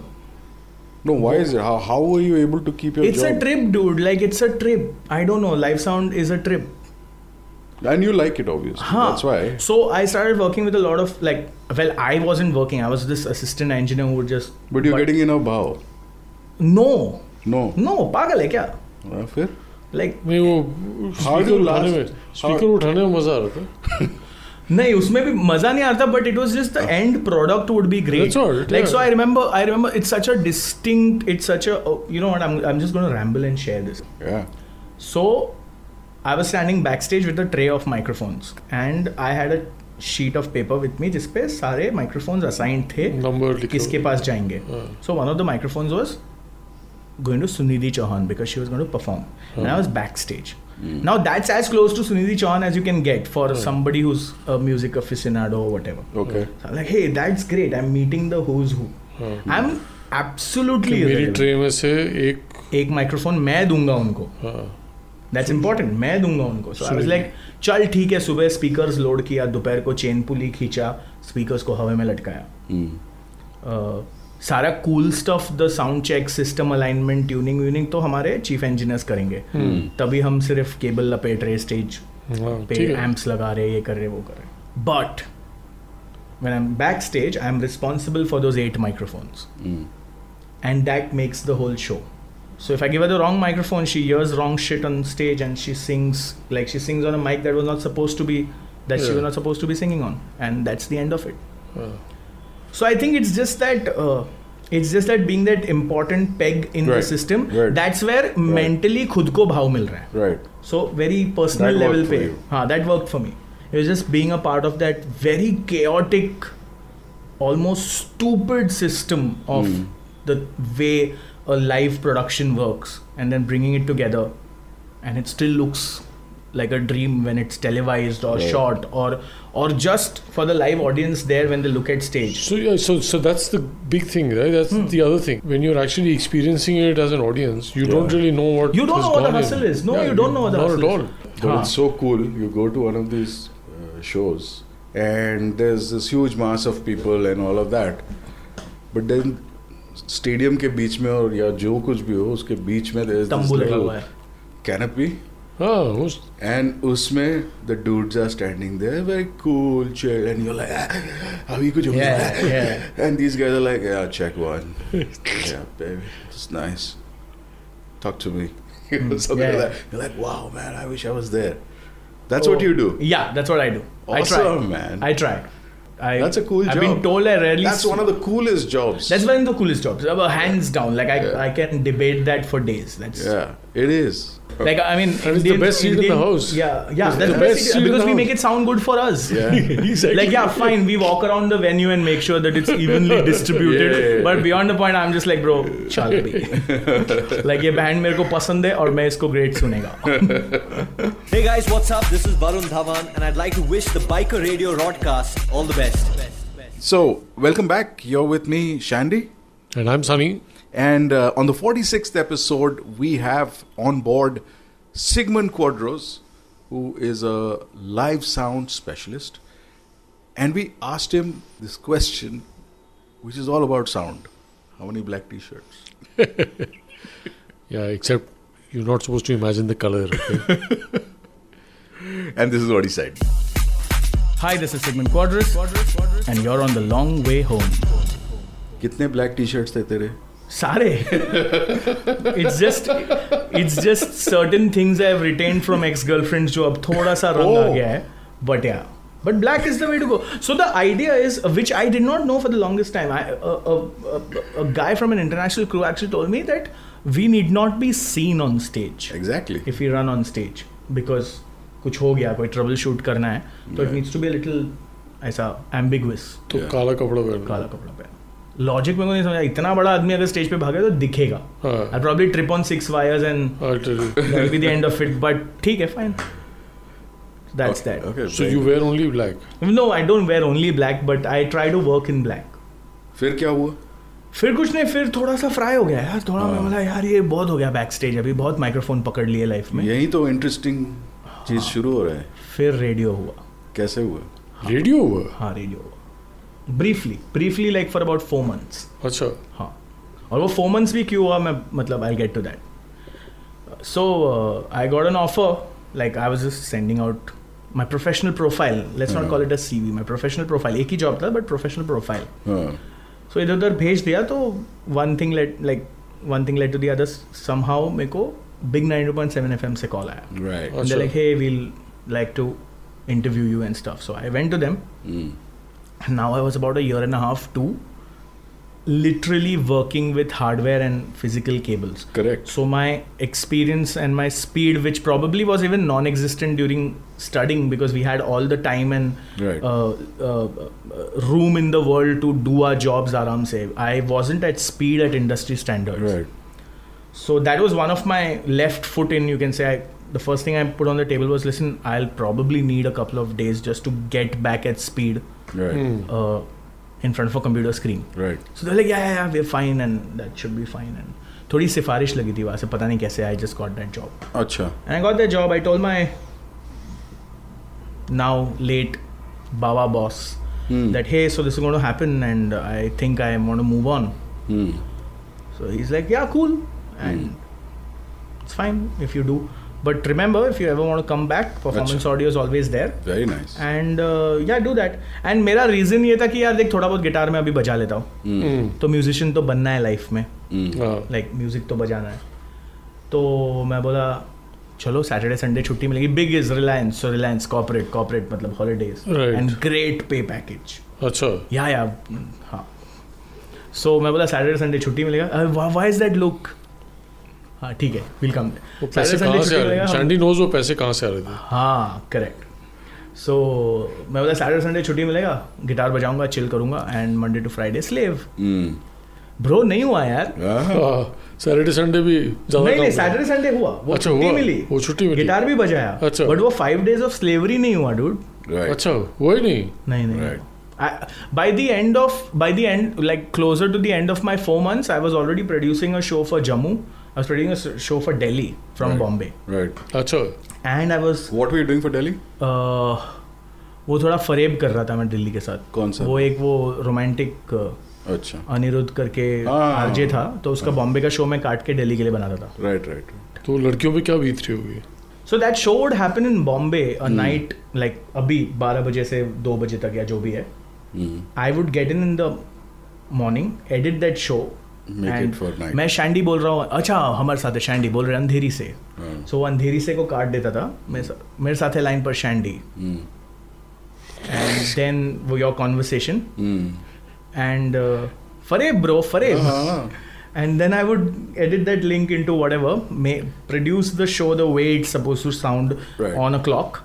No, why is it? How, how were you able to keep your
it's
job?
a trip, dude. Like it's a trip. I don't know. Live sound is a trip.
and you like it, obviously.
Huh.
That's why.
So I started working with a lot of like. Well, I wasn't working. I was this assistant engineer who would just.
But you're getting in a bow.
No.
No.
No. Pagal hai kya?
Uh, फिर?
Like.
नहीं वो
How do you
speaker उठाने
last-
में speaker उठाने में मजा आ रहा था
नहीं उसमें भी मजा नहीं आता but it was just the end product would be great
हाँ। That's all,
like
yeah.
So I remember I remember it's such a distinct it's such a you know what I am I am just gonna ramble and share this
Yeah.
So I was standing backstage with a tray of microphones, and I had a sheet of paper with me जिसपे सारे microphones assigned थे
number लिखो
किसके पास जाएंगे So one of the microphones was going to Sunidhi Chauhan because she was going to perform, and I was backstage. Now that's as close to Sunidhi Chauhan as you can get for somebody who's a music aficionado or whatever.
Okay.
So I'm like, hey, that's great. I'm meeting the who's who. I'm absolutely
कि मेरी
irrelevant.
Tray में से एक
एक microphone मैं दूंगा उनको
हाँ
दैट्स इंपॉर्टेंट मैं दूंगा उनको so I was
Sunidhi.
Like चल ठीक है सुबह स्पीकर्स लोड किया दोपहर को चेन पुली खींचा स्पीकर्स को हवा में लटकाया अ, सारा cool stuff the sound check system alignment tuning व्यूनिंग तो हमारे चीफ इंजीनियर्स करेंगे तभी हम सिर्फ केबल लपेट रहे स्टेज
हाँ,
पे
ठीक है
एम्प्स लगा रहे ये कर रहे वो कर रहे but when i'm backstage i'm responsible for those eight microphones
Hmm.
and that makes the whole show so if i give her the wrong microphone she hears wrong shit on stage and she sings like she sings on a mic that was not supposed to be that she
Yeah.
was not supposed to be singing on and that's the end of it
Yeah.
so i think it's just that uh, it's just that being that important peg in the
Right.
system
Right.
that's where mentally खुद को भाव मिल रहा है
Right.
so very personal
That worked
level
for
पे
you.
हाँ that worked for me it was just being a part of that very chaotic almost stupid system of
Hmm.
the way a live production works and then bringing it together and it still looks like a dream when it's televised or shot or or just for the live audience there when they look at stage
So yeah, so so that's the big thing, right? That's
Hmm.
the other thing. When you're actually experiencing it as an audience, you don't really know what
You don't
has
know what the
gone in.
hustle is. No, you don't know what the
not
hustle
at
is.
all.
But it's so cool. You go to one of these uh, shows, and there's this huge mass of people and all of that. But then stadium के बीच में और या जो कुछ भी हो उसके बीच में there's this
तंबू लगा
little
हुआ है
canopy
Ah, who's-
and usme the dudes are standing there very cool chill and you're like "Ah, abhi kuch hoga."
Yeah, yeah.
*laughs* and these guys are like yeah check one *laughs* yeah baby it's nice talk to me *laughs* something
Hmm, yeah.
like that you're like wow man I wish I was there that's
So-
what you do
yeah that's what Oh, I do
Awesome,
I try
man.
I try I,
That's a cool
I've
job.
been told I rarely
That's one of the coolest jobs.
That's one of the coolest jobs. Uh, Hands down. Like I,
Yeah.
I can debate that for days. That's
yeah, it is.
like I mean
And it's the best seat in the house.
Yeah, yeah. that's
It's the
the
best
best
seat
seat
in
because
the
we
house.
make it sound good for us. *laughs*
Yeah.
exactly.
Like yeah, fine. We walk around the venue and make sure that it's
*laughs*
evenly distributed.
Yeah, yeah, yeah.
But beyond the point, I'm just like, bro, chal bhi.
*laughs*
like ये band मेरे को पसंद है और मैं इसको great सुनेगा.
Hey guys, what's up? This is Varun Dhawan, and I'd like to wish the Biker Radio Rodcast all the best.
So, welcome back. You're with me, Shandy.
And I'm Sunny.
And uh, on the 46th episode, we have on board Sigmund Quadros, who is a live sound specialist. And we asked him this question, which is all about sound. How many black t shirts?
Yeah, except you're not supposed to imagine the color.
*laughs*
okay?
*laughs* And this is what he said.
Hi, this is Sigmund Quadris, and you're on the long way home.
कितने black t shirts थे तेरे
Sare. it's just it's just certain things I have retained from ex-girlfriends जो अब थोड़ा सा रंग आ
Oh.
गया है but yeah but black is the way to go so the idea is which i did not know for the longest time I, a, a, a, a guy from an international crew actually told me that we need not be seen on stage
exactly
if we run on stage because कुछ हो गया कोई trouble shoot करना है तो it
Yeah.
needs to be a little ऐसा ambiguous
तो काला कपड़ा पहन
काला कपड़ा पहन लॉजिक मेरे को नहीं समझा इतना बड़ा आदमी अगर स्टेज पे भागे तो दिखेगा I probably trip on six wires and that'll be the end of it but ठीक है fine that's that
okay
So you wear only black.
no i don't wear only black but i try to work in black
फिर क्या हुआ
फिर कुछ नहीं फिर थोड़ा सा फ्राई हो गया यार थोड़ा मैं बोला यार ये बहुत हो गया बैक स्टेज अभी बहुत माइक्रोफोन पकड़ लिए लाइफ में
यही तो इंटरेस्टिंग चीज शुरू हो रहा है
फिर रेडियो हुआ
कैसे हुआ
रेडियो हुआ
हाँ रेडियो हुआ briefly briefly like for about four months
अच्छा
हाँ और वो फोर मंथ्स भी क्यों हुआ मैं मतलब I get to that so I got an offer like I was just sending out my professional profile let's not
हाँ।
Call it a C V my professional profile एक ही जॉब था but professional profile
हाँ
so इधर उधर भेज दिया तो one thing led like one thing led to the other somehow मेरे को big 92.7 point seven F M से कॉल आया
Right.
And they're like, hey, we'll like to interview you and stuff. So I went to them.
Hmm.
And now I was about a year and a half to literally working with hardware and physical cables.
Correct.
So my experience and my speed, which probably was even non existent during studying because we had all the time and
Right.
uh, uh, uh, room in the world to do our jobs aram se. I wasn't at speed at industry standards.
Right.
So that was one of my left foot in, you can say. I, the first thing I put on the table was listen, I'll probably need a couple of days just to get back at speed
Right. Hmm.
uh, in front of a computer screen.
Right.
So they're like, yeah, yeah, yeah, we're fine and that should be fine. And थोड़ी सिफारिश लगी थी वहाँ से पता नहीं कैसे I just got that job
अच्छा
and I got that job I told my now late Baba boss that hey, so this is going to happen, and I think I want to move on. So he's like, yeah, cool, and it's fine if you do. But remember, if you ever want to come back, performance audio is always there.
Very nice.
And uh, yeah, do that. And मेरा reason ये था कि यार देख थोड़ा बहुत guitar में अभी बजा लेता
Hmm.
हूँ
Hmm.
तो म्यूजिशियन तो बनना है लाइफ में
Hmm.
लाइक म्यूजिक तो बजाना है तो मैं बोला चलो सैटरडे संडे छुट्टी मिलेगी big is Reliance so Reliance corporate corporate मतलब holidays
Right.
And great pay package
अच्छा
या या हाँ सो मैं बोला सैटरडे संडे छुट्टी मिलेगा वाई इज दैट लुक हाँ ठीक है विल कम
वो पैसे कहाँ से आ रहे हैं सैंडी नोज वो पैसे कहाँ से आ रहे थे
हाँ करेक्ट सो मैं बोला सैटरडे संडे छुट्टी मिलेगा गिटार बजाऊंगा चिल करूंगा and Monday to Friday slave bro नहीं हुआ यार
सैटरडे संडे भी ज्यादा
नहीं
काम
नहीं
हुआ।
सैटरडे संडे हुआ वो
तो अच्छा,
छुट्टी
हुआ।
मिली
वो छुट्टी मिली।
गिटार भी बजाया
अच्छा।
बट वो फाइव डेज ऑफ स्लेवरी नहीं हुआ डूड
अच्छा वो ही नहीं
नहीं नहीं by the end of by the end like closer to the end of my four months i was already producing a show for jammu i was producing a s- show for delhi from bombay
right
अच्छा
and i was
what were you doing for delhi
uh, वो थोड़ा फरेब कर रहा था मैं दिल्ली के साथ
कौन सा?
वो एक वो रोमांटिक
अच्छा
अनिरुद्ध करके
हाँ।
आरजे था तो उसका बॉम्बे का शो मैं काट के दिल्ली के लिए बनाता था
राइट राइट
तो लड़कियों पे क्या बीत रही होगी
so that show would happen in Bombay a
Hmm.
Night like अभी 12 बजे से 2 बजे तक या जो भी है
Hmm.
I would get in in the morning edit that show
Make it for night.
मैं शैंडी बोल रहा हूँ अच्छा हमारे साथ है शैंडी बोल रहे हैं अंधेरी से
Hmm.
सो वो अंधेरी से को काट देता था मैं मेरे साथ है लाइन पर शैंडी
Hmm.
एंड देन वो योर कॉन्वर्सेशन
Hmm.
एंड फरेब ब्रो फरेब and then I would edit that link into whatever, may produce the show the way it's supposed to sound
Right.
on a clock,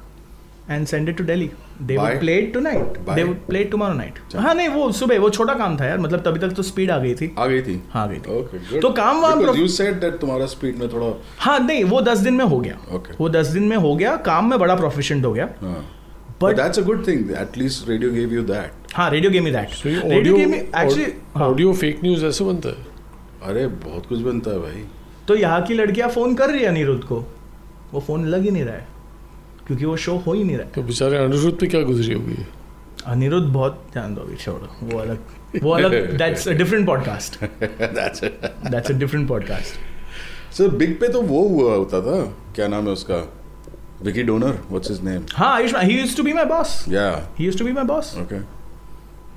and send it to Delhi. They
By-
would play it tonight.
by-
They would play it tomorrow night. हाँ नहीं वो सुबह वो छोटा काम था यार मतलब तभी तक तो स्पीड आ गई थी
आ गई थी
हाँ आ गई थी
ओके गुड
तो काम वाम
बिकॉज़
प्रो-
यू सेड दैट तुम्हारा स्पीड में थोड़ा
हाँ नहीं वो दस दिन में हो गया
ओके
वो दस दिन में हो गया काम में बड़ा प्रोफिशेंट हो गया
हाँ। But that's a good thing at least radio give you that
हाँ radio game that
audio
radio game actually
audio fake news ऐसे बनता है
अरे बहुत कुछ बनता है भाई *laughs*
तो यहाँ की लड़कियां फोन कर रही है अनिरुद्ध को वो फोन लग ही नहीं रहा है क्योंकि वो शो हो ही नहीं रहा है
तो बेचारे अनिरुद्ध पे क्या गुजरी होगी
अनिरुद्ध बहुत ध्यान दोगे छोड़ो वो अलग वो अलग that's a different podcast
that's
that's a different podcast
sir big पे तो वो हुआ होता था क्या नाम है उसका Vicky Donor what's his name
हाँ Ayushmann he used to be my boss
yeah
he used to be my boss
okay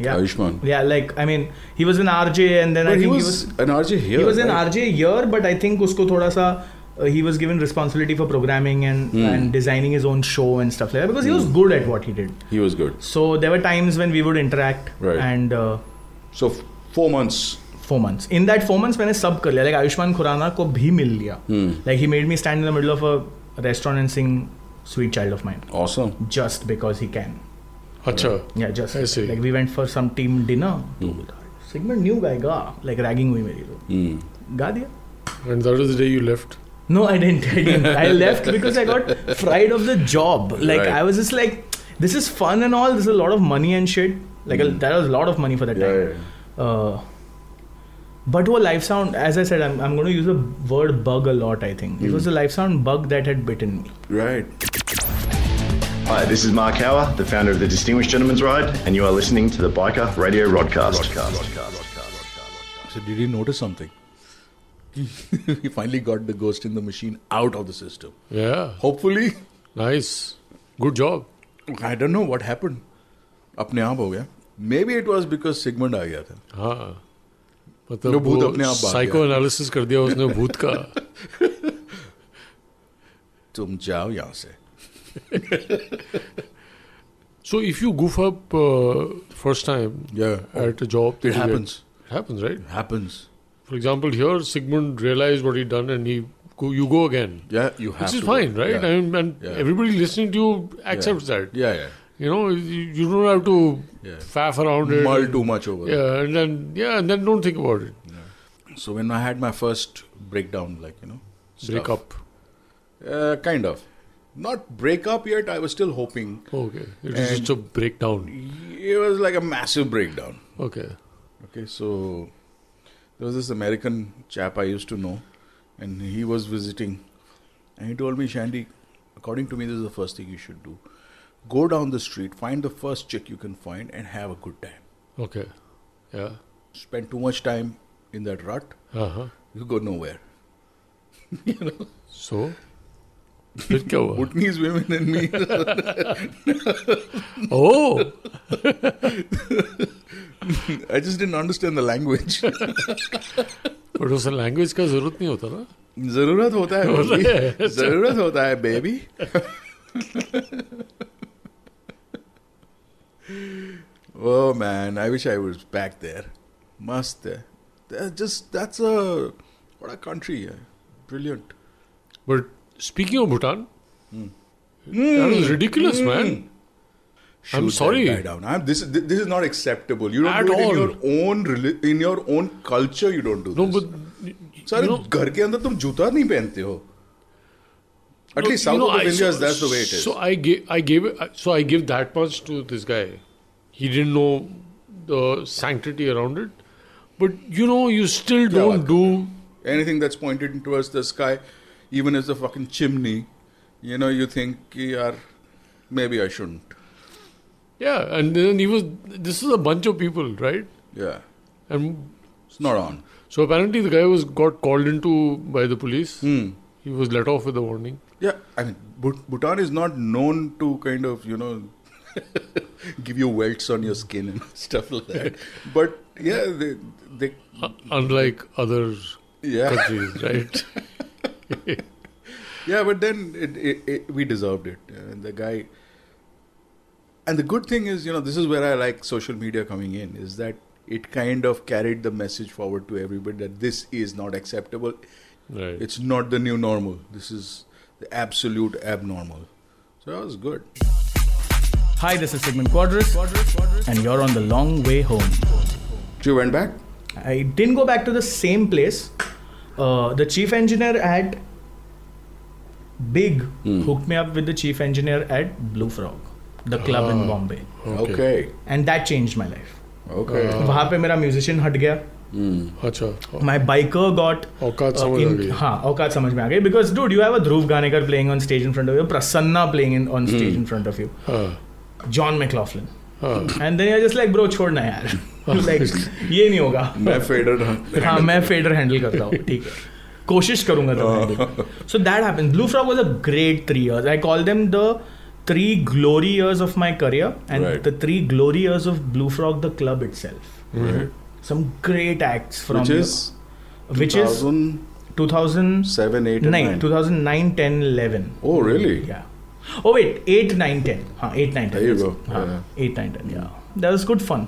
Yeah.
Ayushmann.
Yeah, like I mean, he was in RJ, and then I
But he
think
was an RJ here,
He was in
right?
RJ here, but I think usko thoda sa. Uh, he was given responsibility for programming and,
Hmm.
and designing his own show and stuff like that because he was
Hmm.
good at what he did.
He was good.
So there were times when we would interact
Right.
and uh,
so four months.
Four months. In that four months, मैंने सब कर लिया. Like Ayushman Khurana को भी मिल लिया.
Hmm.
Like he made me stand in the middle of a restaurant and sing "Sweet Child of Mine."
Awesome.
Just because he can.
Acha.
Yeah, just like we went for some team dinner. Sigmund knew guy ga like ragging हुई मेरी तो.
Hmm.
गा दिया.
And that is the day you left.
No, I didn't. I, didn't. I left because I got fried of the job. Like
Right.
I was just like, this is fun and all. This is a lot of money and shit. Like a,
Mm.
that was a lot of money for that time. Uh, but वो life sound, as I said, I'm, I'm going to use the word bug a lot. I think it
Mm.
was a life sound bug that had bitten me.
Right.
Hi, this is Mark Hauer, the founder of the Distinguished Gentleman's Ride, and you are listening to the Biker Radio Rodcast.
So did you notice something? *laughs* we finally got the ghost in the machine out of the system.
Yeah.
Hopefully.
Nice. Good job.
I don't know what happened. अपने आप हो गया. Maybe it was because Sigmund आ गया था.
हाँ.
जो
मतलब
भूत अपने आप भाग गया।
साइको एनालिसिस कर दिया उसने
*laughs*
भूत का
तुम जाओ यहाँ से
so if you goof up first time
yeah
at a job
It
that you get-
happens.
it happens right it
happens
for example here sigmund realized what he'd done and he go, you go again
yeah you have
which is
to go.
fine right
Yeah.
I mean, and
Yeah.
everybody listening to you accepts that
Yeah, yeah.
you know you, you don't have to faff around it
Mull
and-
too much over it.
yeah and then yeah and then don't think about it
So when I had my first breakdown, like you know,
Break up.
uh, kind of, not break up yet. I was still hoping.
Okay, it was just a breakdown.
It was like a massive breakdown.
Okay.
Okay, so there was this American chap I used to know, and he was visiting, and he told me, Shandy, according to me, this is the first thing you should do: go down the street, find the first chick you can find, and have a good time.
okay yeah
Spend too much time in that rut,
Uh-huh.
you go nowhere. you know.
So. फिर क्या हुआ
*laughs* Bhutanese women and me.
Oh.
I just didn't understand the language. *laughs*
But उस language का जरूरत नहीं होता ना
जरूरत होता *laughs* है
होता
baby.
है।
जरूरत होता है baby *laughs* Oh man, I wish I was back there. Must there. That just that's a what a country. yeah. Brilliant.
But speaking of Bhutan,
Mm.
that
Hmm.
was ridiculous, man. I'm
Shoot
sorry.
That guy down. I'm, this, is- this is not acceptable. You don't
At
do it
all.
in your own reli- in your own culture. You don't do no, this. but सारे घर के अंदर तुम जूता नहीं पहनते हो. At
No,
least
you
South
know,
of
I-
India,
so-
that's the way it is.
So I gave, I gave, so I give that much to this guy. He didn't know the sanctity around it, but you know, you still don't do
anything that's pointed towards the sky, even as a fucking chimney, you know, you think, "Ki yaar, maybe I shouldn't.
yeah. And then he was. This is a bunch of people, right?
Yeah.
And
it's not on.
So apparently, the guy was got called into by the police.
Hmm.
He was let off with a warning.
Yeah, I mean, Bhut- Bhutan is not known to kind of, you know, *laughs* give you welts on your skin and *laughs* stuff like that. But yeah, they, they
uh, Unlike other
Yeah. *laughs*
countries, right?
yeah, but then it, it, it, we deserved it. And the guy. And the good thing is, you know, this is where I like social media coming in, is that it kind of carried the message forward to everybody that this is not acceptable.
Right.
It's not the new normal. This is the absolute abnormal. So that was good.
Hi, this is Sigmund Quadris, and you're on the long way home.
You went back?
I didn't go back to the same place. Uh, the chief engineer at Big
Hmm.
hooked me up with the chief engineer at Blue Frog, the club in
Ah,
Bombay.
okay. Okay.
And that changed my life.
Okay. *laughs* Ah.
वहाँ पे मेरा musician हट गया.
अच्छा.
My biker got
औकात
uh,
समझ
in-
आ गई।
हाँ औकात समझ में आ गई because dude you have a Dhruv Ganekar playing on stage in front of you, Prasanna playing in, on
Hmm.
stage in front of you,
Ah,
John McLaughlin. And then you're just like bro छोड़ना यार *laughs* like
*laughs*
ये नहीं होगा
मैं fader
हाँ मैं fader handle करता हूँ ठीक है कोशिश करूंगा तो so that happens blue frog was a great three years I call them the three glory years of my career and
Right.
the three glory years of Blue Frog, the club itself.
Right.
Some great acts from
Which
here.
is
which is 2007,
8 and 9.
2009, 10, 11.
Oh, really?
Yeah. Oh, wait, 8, 9, 10. Huh, 8, 9, 10.
There you go.
Huh,
Yeah.
8, 9, 10, yeah. That was good fun.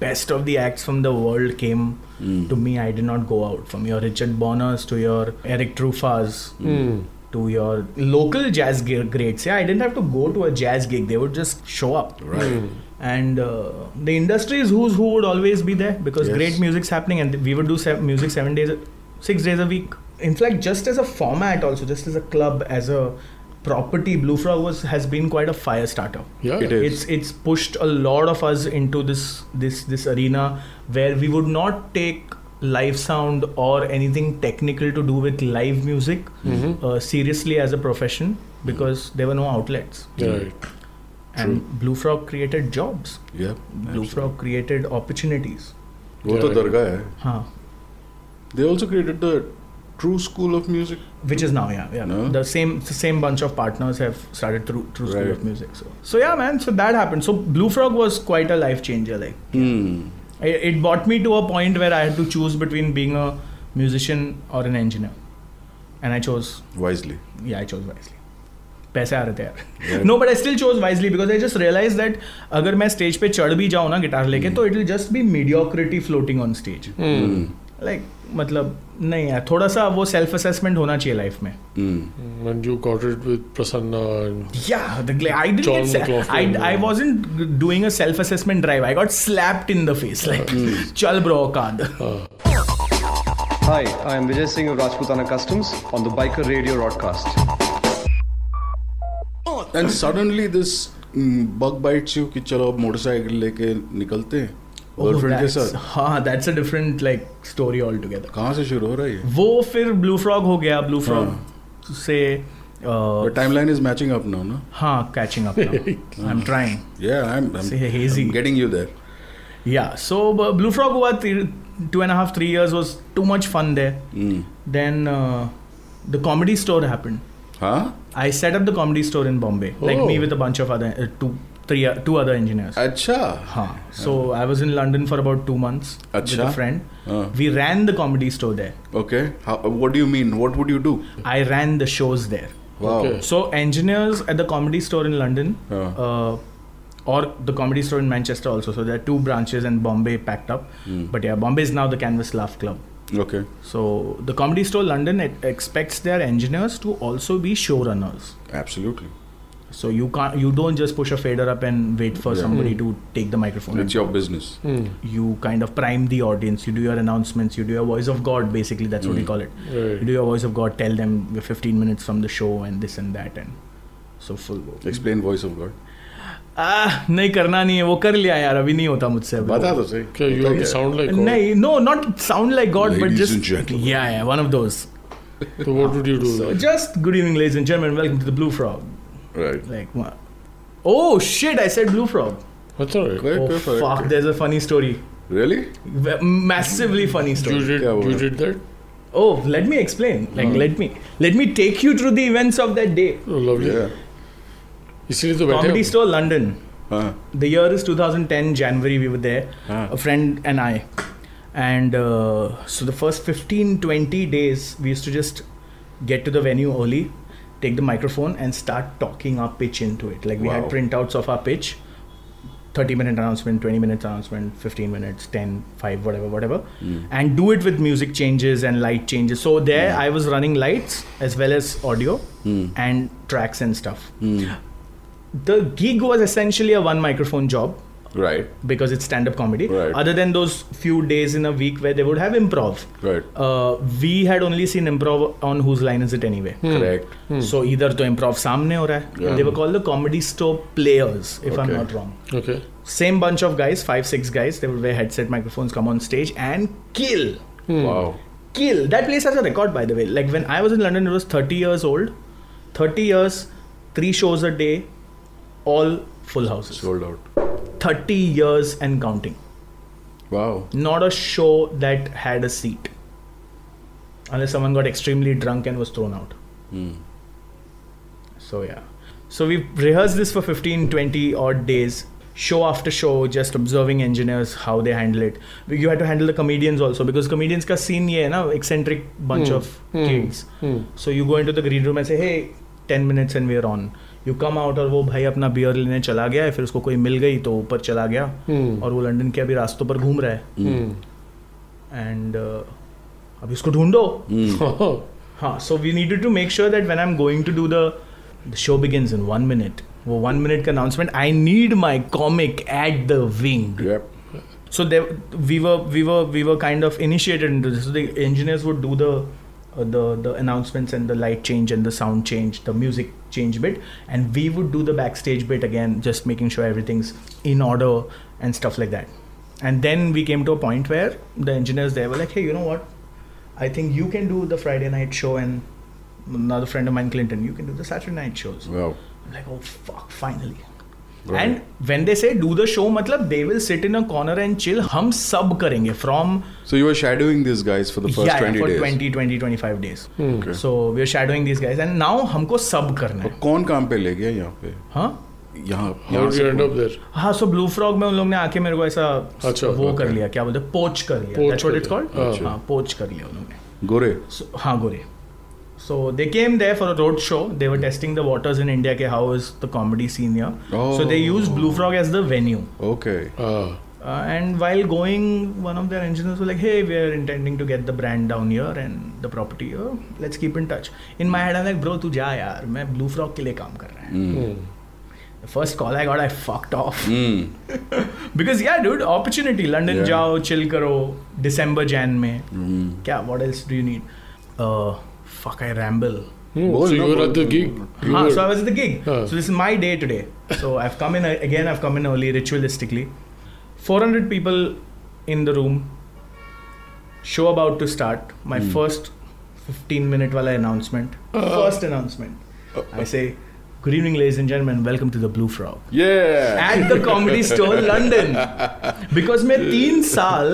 Best of the acts from the world came
Hmm.
to me. I did not go out. From your Richard Bonners to your Eric Trufas
Hmm.
Mm.
to your local jazz ge- greats. Yeah, I didn't have to go to a jazz gig. They would just show up.
Right. Mm.
And uh, the industries who's who would always be there because
Yes.
great music's happening, and we would do se- music seven days, six days a week. In fact, just as a format, also just as a club, as a property, Blue Frog was has been quite a fire starter.
Yeah. It is.
it's it's pushed a lot of us into this this this arena where we would not take live sound or anything technical to do with live music
Mhm.
uh, seriously as a profession because there were no outlets.
Right.
And Blue Frog created jobs.
Yeah,
Blue Frog created opportunities.
वो तो दरगाह है
हाँ.
They also created the True School of Music,
which is now yeah yeah the same the same bunch of partners have started through True School of Music. So so yeah man so that happened. So Blue Frog was quite a life changer like.
Hmm.
I- It brought me to a point where I had to choose between being a musician or an engineer, and I chose
wisely.
yeah I chose wisely. पैसे आ रहे थे यार
Right.
No but I still chose wisely because I just realise that अगर मैं stage पे चढ़ भी जाऊँ ना गिटार लेके तो it will just be mediocrity floating on stage
Hmm.
Like मतलब नहीं यार थोड़ा सा वो सेल्फ असेसमेंट होना चाहिए लाइफ में
And you got it with Prasanna. And
Yeah, the gla- I didn't
John
get sla-
McLaughlin,
I, I
yeah.
wasn't g- doing a self-assessment drive. I got slapped in the face like,
Hmm.
chal bro, card.
Hi, I am Vijay Singh of Rajputana Customs on the Biker Radio broadcast.
and suddenly this mm, bug bites you कि चलो अब motorcycle लेके निकलते हैं girlfriend
Oh,
के
that's- *laughs*
साथ
हाँ that's a different like story altogether.
कहाँ से शुरू हो रहा है ये
वो फिर ब्लू फ्रॉग हो गया ब्लू फ्रॉग से uh,
The timeline is matching up now, no?
हाँ catching up
*laughs*
now. I'm trying.
Yeah, I'm, I'm,
Say hazy.
I'm getting you there.
Yeah, so uh, Blue Frog हुआ three- two and a half three years was too much fun there.
Hmm.
Then uh, the comedy store happened.
Huh?
I set up the comedy store in Bombay, like me
Oh.
with a bunch of other uh, two, three, uh, two other engineers.
Acha.
Huh. So I was in London for about two months with
Acha.
a friend.
Uh,
We ran the comedy store there.
okay. How, what do you mean? What would you do?
I ran the shows there.
Wow. Okay.
So engineers at the comedy store in London, uh, or the comedy store in Manchester also. So there are two branches and Bombay packed up.
Hmm.
But yeah, Bombay is now the Canvas Laugh Club.
Okay.
So the comedy store London it expects their engineers to also be showrunners.
Absolutely.
So you can't you don't just push a fader up and wait for
Yeah.
somebody
Mm.
to take the microphone.
It's your business.
You kind of prime the audience. You do your announcements. You do your voice of God. Basically, that's what we
Mm.
call it.
Right.
You do your voice of God. Tell them we're 15 minutes from the show and this and that and so full.
Explain voice of God.
Ah, नहीं करना नहीं है वो कर लिया यार अभी नहीं होता मुझसे अभी
बता दो सही। क्या, you have to sound like God?
नहीं no not sound like God but
Ladies and
just yeah yeah one of those
so what would you do? then?
Just good evening, ladies and gentlemen. Welcome to the Blue Frog.
Right.
Like what? Oh shit! I said Blue Frog.
That's alright.
Oh fuck! There's a funny story.
Really?
V- Massively funny story.
You did- Yeah, you what? did that?
Oh, let me explain. Like,
Hmm.
let me let me take you through the events of that day.
Oh, lovely. इसीलिए तो बैठे
Comedy
हैं।
Store London.
हाँ.
The year is 2010 January. We were there, a friend and I, and uh, so the first 15 20 days we used to just get to the venue early, take the microphone and start talking our pitch into it. Like we had
Wow.
printouts of our pitch. 30 minute announcement 20 minutes announcement 15 minutes 10 5 whatever whatever and do it with music changes and light changes so there i was running lights as well as audio and tracks and stuff the gig was essentially a one microphone job
Right.
because it's stand up comedy
Right.
other than those few days in a week where they would have improv
Right.
uh, we had only seen improv on whose line is it anyway
Hmm. Correct. Hmm.
so either to improv samne ho raha hai
Yeah.
they were called the comedy store players if i'm
Okay.
not wrong
Okay.
same bunch of guys five six guys they would wear headset microphones come on stage and kill
Wow.
kill that place has a record by the way like when i was in london it was 30 years old 30 years three shows a day all full houses
sold out
30 years and counting
Wow.
not a show that had a seat
Hmm.
unless someone got extremely drunk and was thrown out so yeah So we rehearsed this for 15, 20 odd days, show after show, just observing engineers how they handle it. But You had to handle the comedians also because comedians ka scene ye hai na, eccentric bunch
Hmm.
of
Hmm.
kids.
Hmm.
So you go into the green room and say, hey, 10 minutes and we are on. You come out और वो भाई अपना beer लेने चला गया है फिर उसको कोई मिल गई तो ऊपर चला गया
Hmm.
और वो लंदन के अभी रास्तों पर घूम रहा है
Hmm.
एंड अभी उसको ढूंढो
हम्म।
Hmm.
*laughs*
हाँ so we needed to make sure that when I am going to do the show begins in one minute वो वन मिनट का announcement I need my comic at the wing so they, we were we were we were kind of initiated into this so the engineers would do the uh, the the announcements and the light change and the sound change the music change bit and we would do the backstage bit again just making sure everything's in order and stuff like that and then we came to a point where the engineers there were like hey you know what i think you can do the friday night show and another friend of mine clinton you can do the saturday night shows
Wow.
I'm like oh fuck finally and when they say do the show, matlab they will sit in a corner and chill. हम सब करेंगे from
So you were shadowing these guys for the first
yeah,
20
for
days.
20, 20, 25 days.
Hmm. Okay.
So we are shadowing these guys and now हमको सब करना है.
तो कौन काम पे ले गया यहाँ पे?
हाँ?
यहाँ
How
यहाँ
did
से
you end up
कौन-
there?
हाँ सो ब्लू फ्रॉग में उन लोग ने आके मेरे को ऐसा
अच्छा,
वो कर
okay.
लिया क्या बोलते पोच कर लिया
Poach
That's what
कर
it's
लिया.
called
अच्छा.
हाँ पोच कर लिया उन्होंने
गोरे
So, हाँ गोरे So they came there for a road show. They were testing the waters in India. Ke how is the comedy scene here?
Oh.
So they used Blue Frog as the venue.
Okay.
Ah.
Uh, and while going, one of their engineers was like, "Hey, we are intending to get the brand down here and the property here. Let's keep in touch." In my head, I'm like, "Bro, तू जा यार. मैं Blue Frog के लिए काम कर रहा है." The first call I got, I fucked off *laughs* because yeah, dude, opportunity. London
Yeah.
जाओ, chill करो. December Jan में. क्या what else do you need uh fuck i ramble
Hmm, Bowl, so you no, were at bowl, the bowl, gig. bowl. You
Huh,
were-
so i was at the gig
Huh.
so this is my day today so i've come in uh, again i've come in early ritualistically 400 people in the room show about to start my
Hmm.
first 15 minute wala announcement
Uh-huh.
first announcement i say good evening ladies and gentlemen welcome to the blue frog
Yeah.
at the comedy store london because मैं तीन साल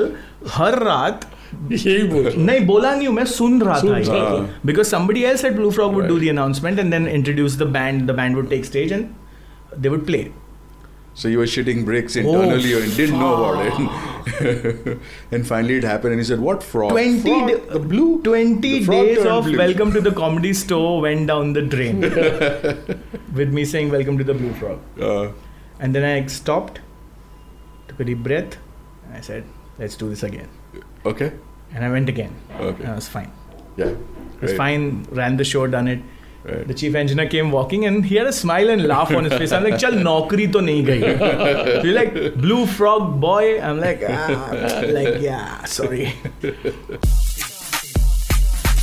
हर रात
यही बोल
नहीं बोला नहीं हूँ मैं सुन रहा
सुन
था
रहा था।
Because somebody else at blue frog would do the announcement and then introduce the band the band would take stage and they would play
So you were shitting bricks internally
Oh,
and didn't know about it. *laughs* and finally it happened and he said, What frog?
20
frog?
da- 20
the frog
days
turned
of
blue.
welcome to the comedy store went down the drain with me saying welcome to the blue frog
Uh,
and then i stopped took a deep breath and i said let's do this again
okay.
and i went again
Okay.
and i was fine
Yeah.
It was
Right.
fine, ran the show, done it. The chief engineer came walking and he had a smile and laugh on his face. I'm like, chal, naukri to nahi
*laughs*
gayi. He's like, blue frog boy. I'm like, ah, like, yeah, sorry.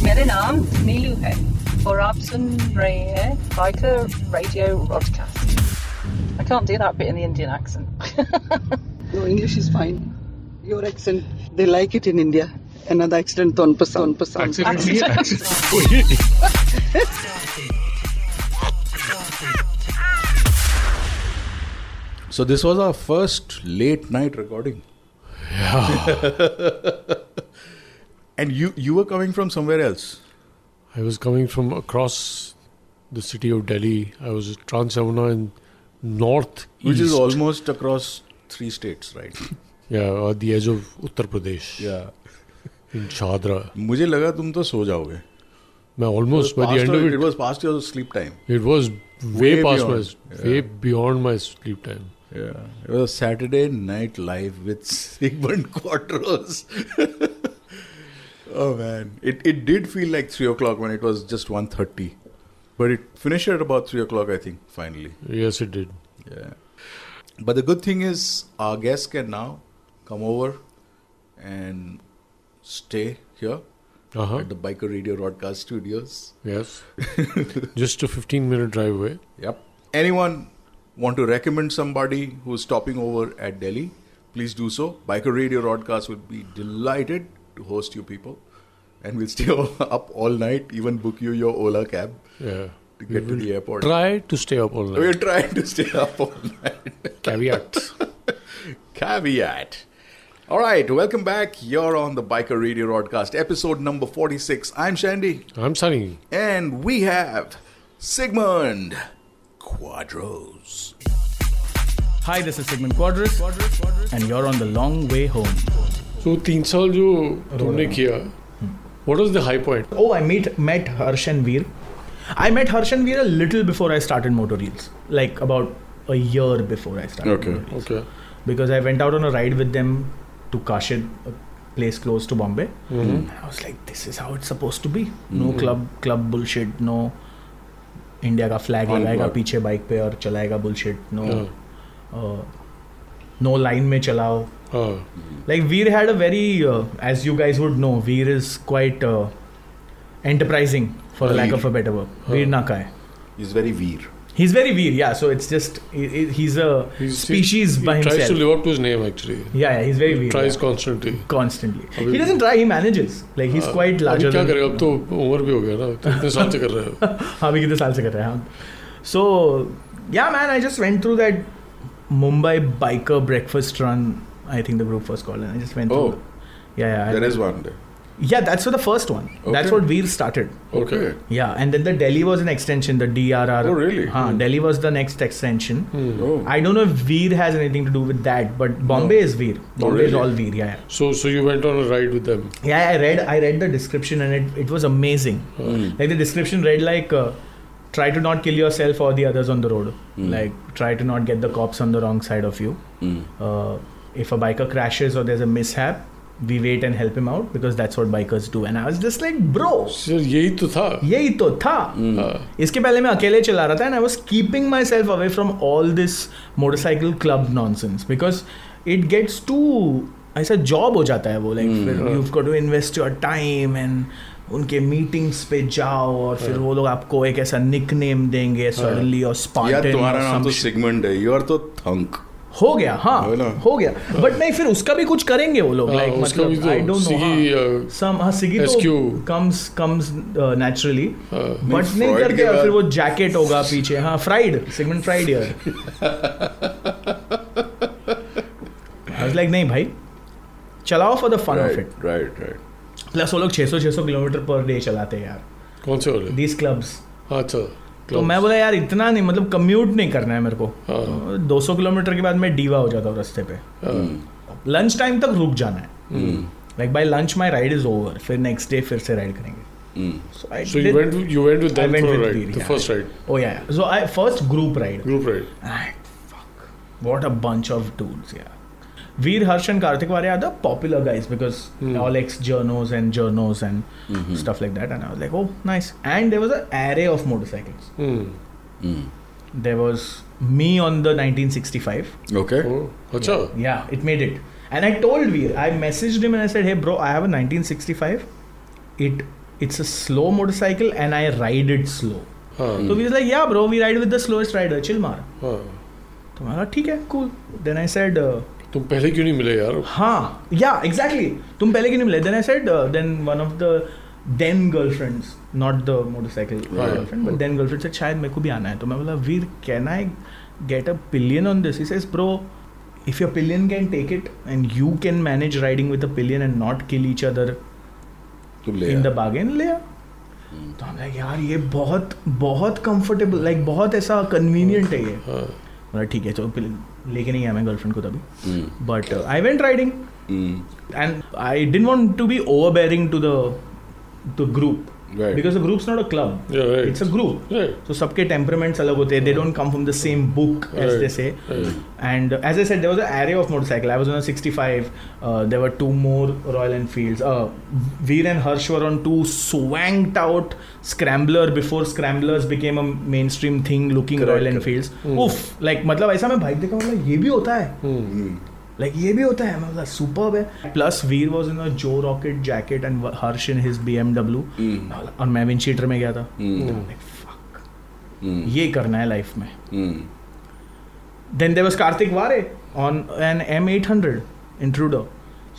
मेरा नाम नीलू है और आप सुन रहे हैं Biker Radio Rodcast. I can't do that bit in the Indian accent. *laughs*
No, English is fine. Your accent, they like it in India. Another accent, ton percent, percent.
So this was our first late night recording. Yeah. *laughs* and you you were coming from somewhere else.
I was coming from across the city of Delhi. I was at Transavana in north
Which is
east.
almost across three states, right?
yeah, at the edge of Uttar Pradesh.
Yeah.
In Chadra.
मुझे लगा तुम तो सो जाओगे
मैं almost by the
Past
end
your-
of it,
it was past your sleep time.
it was way,
Way
past
beyond.
my
Yeah.
way beyond my sleep time.
Yeah. It was Saturday Night Live with Sigmund Quadros. *laughs* oh man, it it did feel like three o'clock when it was just 1.30. but it finished at about three o'clock, I think. Finally.
Yes, it did.
Yeah. But the good thing is, our guests can now come over and stay here
Uh-huh.
at the Biker Radio Broadcast Studios.
Yes. *laughs* Just a 15 minute drive away.
Yep. Anyone want to recommend somebody who's stopping over at Delhi? Please do so. Biker Radio Broadcast will be delighted to host you people. And we'll stay *laughs* up all night, even book you your Ola cab
Yeah.
to
We
get to
will
the airport.
Try to stay up all night.
We're trying to stay *laughs* up all night.
Caveat.
*laughs*
Caveat. All right, welcome back. You're on the Biker Radio Broadcast, episode number 46. I'm Shandy.
I'm Sunny.
And we have Sigmund
Quadros. Hi, this is Sigmund Quadros, and you're on the long way home.
So, तीन साल जो तुमने किया
Hmm.
what was the high point?
Oh, I meet met Harsh and Veer. I met Harsh and Veer a little before I started Motor Reels, like about a year before I started.
Okay.
Motor Reels. Because I went out on a ride with them to Kashid, a place close to Bombay.
Mm-hmm.
Mhm.
And I was like, this is how it's supposed to be. No
Mhm.
club club bullshit. No India का flag
Unplugged.
लगाएगा पीछे bike पे और चलाएगा bullshit no
Yeah.
No line में चलाओ
Ah.
like veer had a very uh, as you guys would know veer is quite uh, enterprising for
Veer.
lack of a better word
Huh.
veer naka hai
He's very veer.
he's very veer yeah so it's just he, he- he's a species
he
by
tries
himself
to live up to his name actually.
yeah yeah he's very
He
veer
tries
yeah.
constantly.
Constantly. he doesn't try he manages like
Uh,
he's quite larger
क्या
than-
करेगा अब तो उम्र भी हो गया ना तो इतने साल से कर
*laughs*
रहे हो
हाँ अभी कितने साल से कर रहे हैं हम so yeah man I just went through that Mumbai biker breakfast run I think the group first call I just went
Oh.
Through yeah yeah
There is one day.
Yeah, that's for the first one. That's
Okay.
what Veer started.
Okay.
Yeah, and then the Delhi was an extension, the DRR.
Oh, really?
Huh, Delhi was the next extension.
Oh.
I don't know if Veer has anything to do with that, but Bombay is Veer.
Oh,
Bombay is
really?
all Veer, yeah. yeah.
So so you went on a ride with them.
Yeah, I read I read the description and it, it was amazing. Like the description read like uh, try to not kill yourself or the others on the road.
Hmm.
Like try to not get the cops on the wrong side of you.
Mm.
Uh, if a biker crashes or there's a mishap, we wait and help him out because that's what bikers do. And I was just like, bro,
Hmm. यही तो था
यही तो था
Ah.
इसके पहले मैं अकेले चला रहा था and I was keeping myself away from all this motorcycle club nonsense because it gets to ऐसा जॉब हो जाता है वो लाइक
हाँ।
You got to invest your time and उनके मीटिंग्स पे जाओ और फिर
हाँ।
वो लोग आपको एक ऐसा निकनेम देंगे सडनली और
यार तुम्हारा नाम तो
स्पॉन्टेनियस
सिगमंड है यू आर तो थंक
हो गया हाँ हो गया बट नहीं फिर उसका भी कुछ करेंगे वो लोग
हाँ,
लाइक
उसका भी
मतलब
तो
I don't know
Swiggy,
some हाँ Swiggy
SQ.
तो कम्स कम्स नेचुरली बट
नहीं,
नहीं
हाँ. Freud
करते
के
और
बाद-
फिर वो जैकेट होगा पीछे हाँ फ्राइड सेगमेंट फ्राइड यार आई वाज लाइक नहीं भाई चलाओ for the fun of it
right right right
plus वो लोग 600 600 किलोमीटर पर डे चलाते हैं यार
कौन से वाले
दीज क्लब्स
अच्छा
तो मैं बोला यार इतना नहीं मतलब कम्यूट नहीं करना है मेरे को
Ah, हाँ।
दो सौ किलोमीटर के बाद मैं डीवा हो जाता हूँ रास्ते पे
Hmm.
लंच टाइम तक रुक जाना है like by lunch my ride is over फिर नेक्स्ट डे फिर से राइड करेंगे So, I
Hmm. So you
did-
went with- you went with
I
them
went
for a
with
ride,
Veer,
the
yeah.
first ride.
Oh yeah. So I first group ride.
Group ride.
And fuck, what a bunch of dudes, yeah. Veer Harsh and Karthik Varia are the popular guys because all ex journos and journos and stuff like that. And I was like, oh, nice. And there was an array of motorcycles.
Hmm.
There was me on the 1965.
Okay.
Oh,
Yeah, yeah, it made it. And I told Veer, I messaged him and I said, hey bro, I have a 1965. It it's a slow motorcycle and I ride it slow.
Ah, Hmm.
So Veer was like, yeah bro, we ride with the slowest rider, chill मार.
ah.
तो मैं कहा, ठीक है cool. Then I said, uh,
तुम पहले क्यों नहीं मिले यार
हाँ yeah exactly. तुम पहले क्यों नहीं मिले? Then I said, uh, then one of the then girlfriends, not the motorcycle
Right.
girlfriend, but then girlfriend said शायद मेरे को भी आना है. तो मैं बोला वीर can I get a pillion on this? He says bro, if your pillion can take it and you can manage riding with a pillion and not kill each other
तुम ले
in the bargain ले आ. तो हम like यार ये बहुत बहुत comfortable like बहुत ऐसा convenient है ये.
Ah,
बोला ठीक है चलो pillion लेके नहीं आया मैं गर्लफ्रेंड को तभी
Hmm,
but uh, i went riding and i didn't want to be overbearing to the the group
Right.
because the group's not a club
Yeah, right.
it's a
Hmm.
group so सबके temperaments अलग होते हैं they don't come from the same book as
Right.
they say
Hmm.
and uh, as i said there was an array of motorcycle i was on a 65 uh, there were two more royal enfields uh, veer and harsh were on two swanked out scrambler before scramblers became a mainstream thing looking
Correct,
royal
correct. Hmm.
enfields उफ like मतलब ऐसा मैं bike देखा मतलब ये भी होता है
Hmm.
लाइक ये भी होता है मतलब सुपर है plus Veer was in a जो rocket jacket and Harsh in his BMW
Hmm.
और मैं विंड शीटर में गया था Like,
Hmm.
ये करना है लाइफ में then there was Kartik Vare on an M800 intruder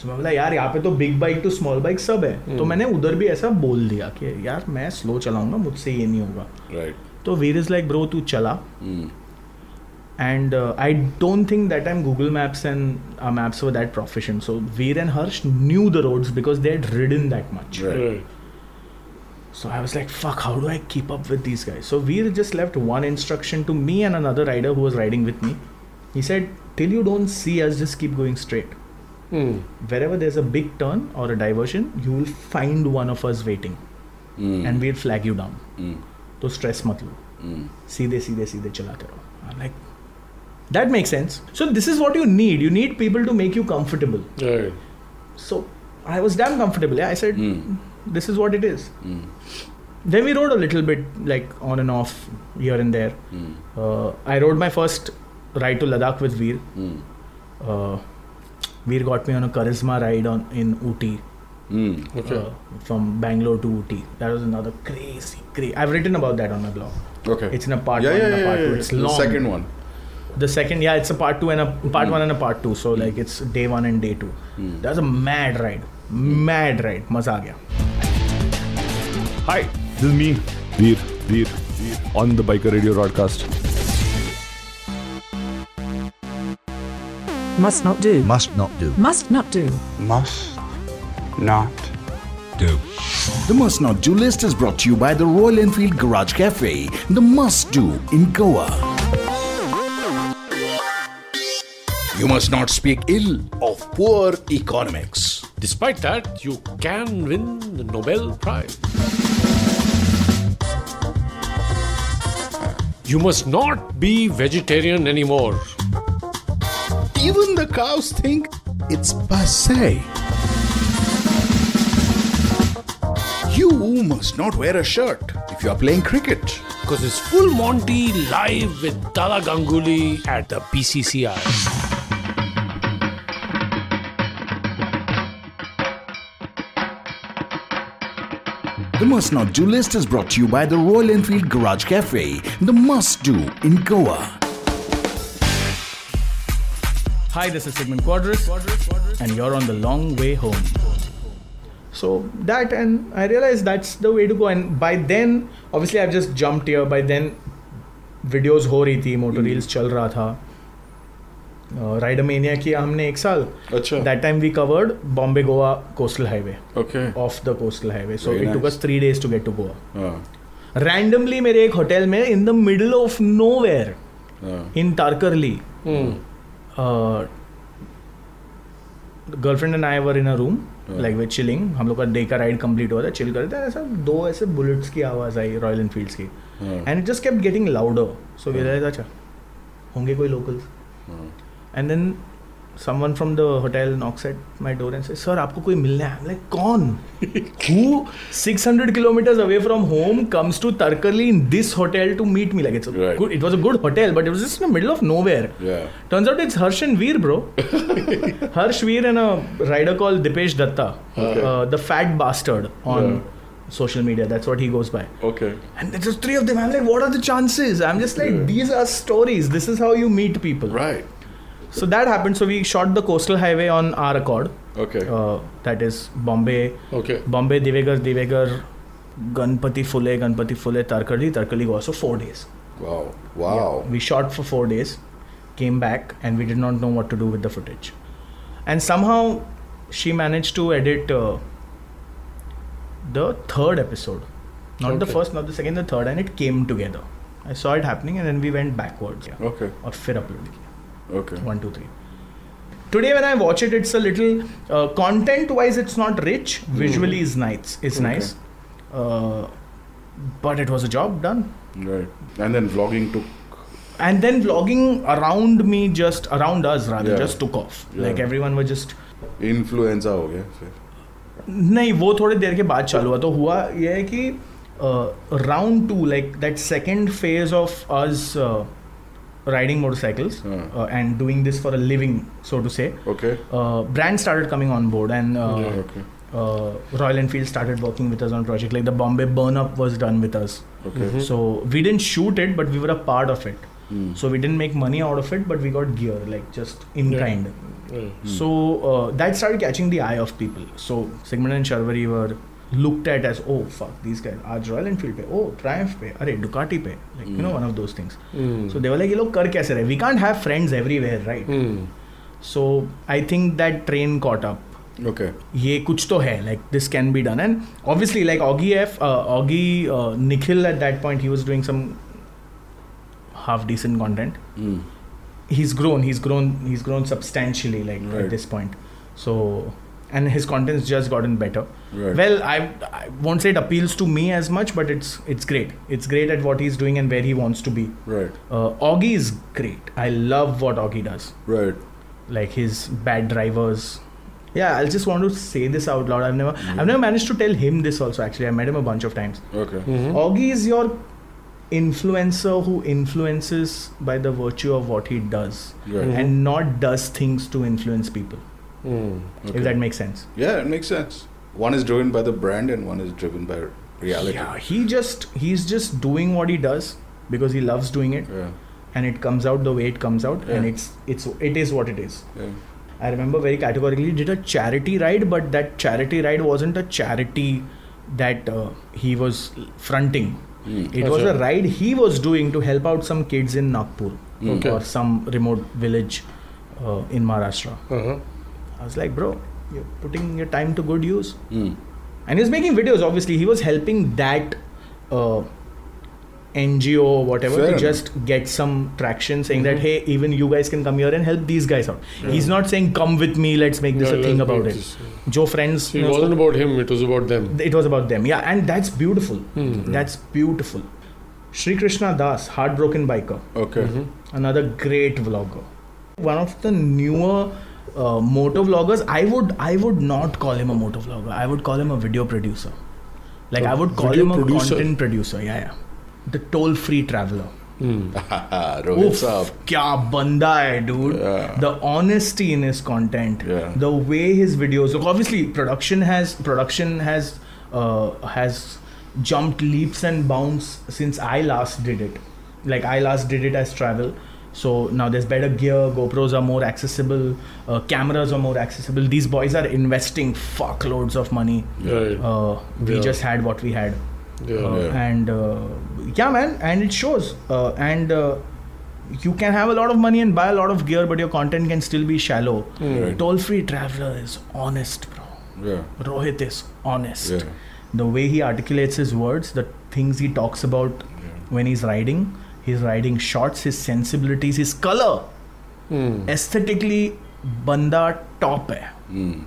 so मैं बोला यार यहाँ पे तो big bike to small bike सब है तो मैंने उधर भी ऐसा बोल दिया कि यार मैं स्लो चलाऊंगा मुझसे ये नहीं होगा
राइट
तो वीर इज लाइक ब्रो तू चला And uh, I don't think that time Google Maps and uh, maps were that proficient. So Veer and Harsh knew the roads because they had ridden that much.
Right.
So I was like, fuck, how do I keep up with these guys? So we just left one instruction to me and another rider who was riding with me. He said, till you don't see us, just keep going straight.
Hmm,
Wherever there's a big turn or a diversion, you will find one of us waiting and we'll flag you down. तो stress मत लो सीधे सीधे सीधे चलाते रहो like that make sense so this is what you need you need people to make you comfortable so I was damn comfortable I said
Hmm.
This is what it is Then we rode a little bit like on and off here and there.
Hmm.
Uh, I rode my first ride to Ladakh with Veer.
Hmm.
Uh, Veer got me on a charisma ride on in Ooty.
Okay.
Ah.
Uh, from Bangalore to Ooty. That was another crazy, crazy. I've written about that on my blog.
Okay.
It's in a part
Yeah,
one
yeah,
and a
yeah,
part
yeah,
two.
yeah.
It's
The
long.
second one.
The second, yeah, it's a part two and a part one and a part two. So like it's day one and day two. That was a mad ride. Mad ride. Maza aa gaya.
Hi, this is me, Veer, Veer, on the Biker Radio broadcast.
Must not do.
Must not do.
Must not do.
Must.
Not do. The must not do list is brought to you by the Royal Enfield Garage Cafe, the must do in Goa.
You must not speak ill of poor economics.
Despite that, you can win the Nobel Prize. You must not be vegetarian anymore.
Even the cows think it's passe. You must not wear a shirt if you are playing cricket.
Because it's Full Monty live with Dada Ganguly at the BCCI.
The must not do list is brought to you by the Royal Enfield Garage Cafe, the must do in Goa.
Hi, this is Sigmund Quadris, and you're on the long way home. So that, and I realized that's the way to go. And by then, obviously, I've just jumped here. By then, videos हो रही थी, motor reels चल रहा था. Rider mania किया हमने एक साल that time we covered Bombay Goa coastal highway of the coastal highway so
Very
it took
nice.
Us three days to get to
Ah,
Goa randomly मेरे एक होटल में in the middle of nowhere
ah.
In Tarkarli Uh, girlfriend and I were in a room like we chilling हम लोग का day का ride complete हुआ था chill करते हैं ऐसा दो ऐसे बुलेट्स की आवाज़ आई रॉयल एनफील्ड्स की and it just kept getting louder so we realise अच्छा होंगे कोई locals and then someone from the hotel knocks at my door and say sir आपको कोई मिलना है लाइक कौन who 600 kilometres away from home comes to Tarkarli in this hotel to meet me like it's good it was a good hotel but it was just in the middle of nowhere
Yeah.
Turns out it's Harsh and Veer, bro.
*laughs*
Harsh Veer and a rider called Dipesh Datta,
Okay.
uh, the fat bastard on social media. That's what he goes by.
Okay.
And there's just three of them. I'm like, what are the chances? I'm just like, these are stories. This is how you meet people.
Right.
So that happened. So we shot the coastal highway on our accord.
Okay.
Uh, that is Bombay.
Okay.
Bombay, Devegar, Devegar, Ganpati Fule, Ganpati Fule, Tarkali, Tarkali Goa. So four days.
Wow. Wow.
We shot for four days, came back, and we did not know what to do with the footage. And somehow she managed to edit uh, the third episode. Not the
Okay.
first, not the second, the third, and it came together. I saw it happening, and then we went backwards. Yeah.
Okay.
Or fir upload. किया.
Okay.
One, two, three. Today, when I watch it, it's a little uh, content-wise, it's not rich. Visually, is nice. It's
Hmm. Okay.
nice, uh, but it was a job done.
Right. And then vlogging took.
and then vlogging around me just around us rather
Yeah.
just took off
Yeah.
like everyone was just
Influenza हो गया फिर
नहीं वो थोड़ी देर के बाद चालू हुआ तो हुआ ये है कि round two like that second phase of us riding motorcycles
हाँ।
And doing this for a living so to say
Okay.
Brand started coming on board and
Yeah, okay.
uh, Royal Enfield started working with us on project. Like the Bombay burn up was done with us.
Okay. Mhm.
So we didn't shoot it, but we were a part of it. So we didn't make money out of it, but we got gear, like just in kind. So uh, that started catching the eye of people. So Sigmund and Sharvari were looked at as, oh fuck, these guys are Royal Enfield pe, oh Triumph pe, अरे Ducati पे, like you know one of those things. So they were like, ये लोग कर कैसे रहे? We can't have friends everywhere, right? So I think that train caught up.
Okay.
ये कुछ तो है like this can be done and obviously like Oggy F Oggy Nikhil at that point he was doing some half decent content. He's grown. He's grown. He's grown substantially, like at this point. So, and his content's just gotten better.
Right.
Well, I, I won't say it appeals to me as much, but it's it's great. It's great at what he's doing and where he wants to be.
Right.
Uh, Augie is great. I love what Augie does.
Right.
Like his bad drivers. Yeah, I just want to say this out loud. I've never, I've never managed to tell him this. Also, actually, I met him a bunch of times.
Okay.
Hmm. Augie is your influencer who influences by the virtue of what he does
Right. Mhm.
and not does things to influence people.
Hmm,
Okay.
If that makes sense.
Yeah, it makes sense. One is driven by the brand and one is driven by reality.
Yeah, he just he's just doing what he does because he loves doing it. And it comes out the way it comes out and
Yeah.
it's it's it is what it is.
Yeah.
I remember very categorically did a charity ride, but that charity ride wasn't a charity that uh, he was fronting.
Hmm.
It was a
Achha.
ride he was doing to help out some kids in Nagpur
Hmm.
Mm. Okay.
or some remote village uh, in Maharashtra.
uh-huh.
I was like, bro, you're putting your time to good use.
Hmm.
And he was making videos, obviously. He was helping that uh, NGO or whatever
Fair
to
enough.
just get some traction, saying that, hey, even you guys can come here and help these guys out.
Mm-hmm. Yeah.
He's not saying, come with me, let's make this
Yeah,
a thing
let's
about
make
it.
this,
Joe Friends.
It
you know,
wasn't about him, it was about them.
it was about them. Yeah, and that's beautiful.
Hmm.
That's beautiful. Sri Krishna Das, Heartbroken Biker.
Okay.
Mm-hmm. Another great vlogger. One of the newer uh, moto vloggers. I would I would not call him a moto vlogger. I would call him a video producer. Like I would call
Video
him a
producer?
content producer. Yeah, yeah. The toll free traveler.
Ah,
Rohit Saab.
क्या banda hai, dude. The honesty in his content, the way his videos look. Obviously, production has production has uh, has jumped leaps and bounds since I last did it. Like I last did it as travel. So now there's better gear. GoPros are more accessible. Uh, cameras are more accessible. These boys are investing fuckloads of money.
Right.
Uh, we
Yeah.
just had what we had.
Yeah.
Uh,
Yeah.
And uh, yeah, man, and it shows. Uh, and uh, you can have a lot of money and buy a lot of gear, but your content can still be shallow.
Mm. Right.
Toll free traveler is honest, bro.
Yeah.
Rohit is honest.
Yeah.
The way he articulates his words, the things he talks about when he's riding, his riding shots, his sensibilities, his color. Aesthetically, Banda top hai.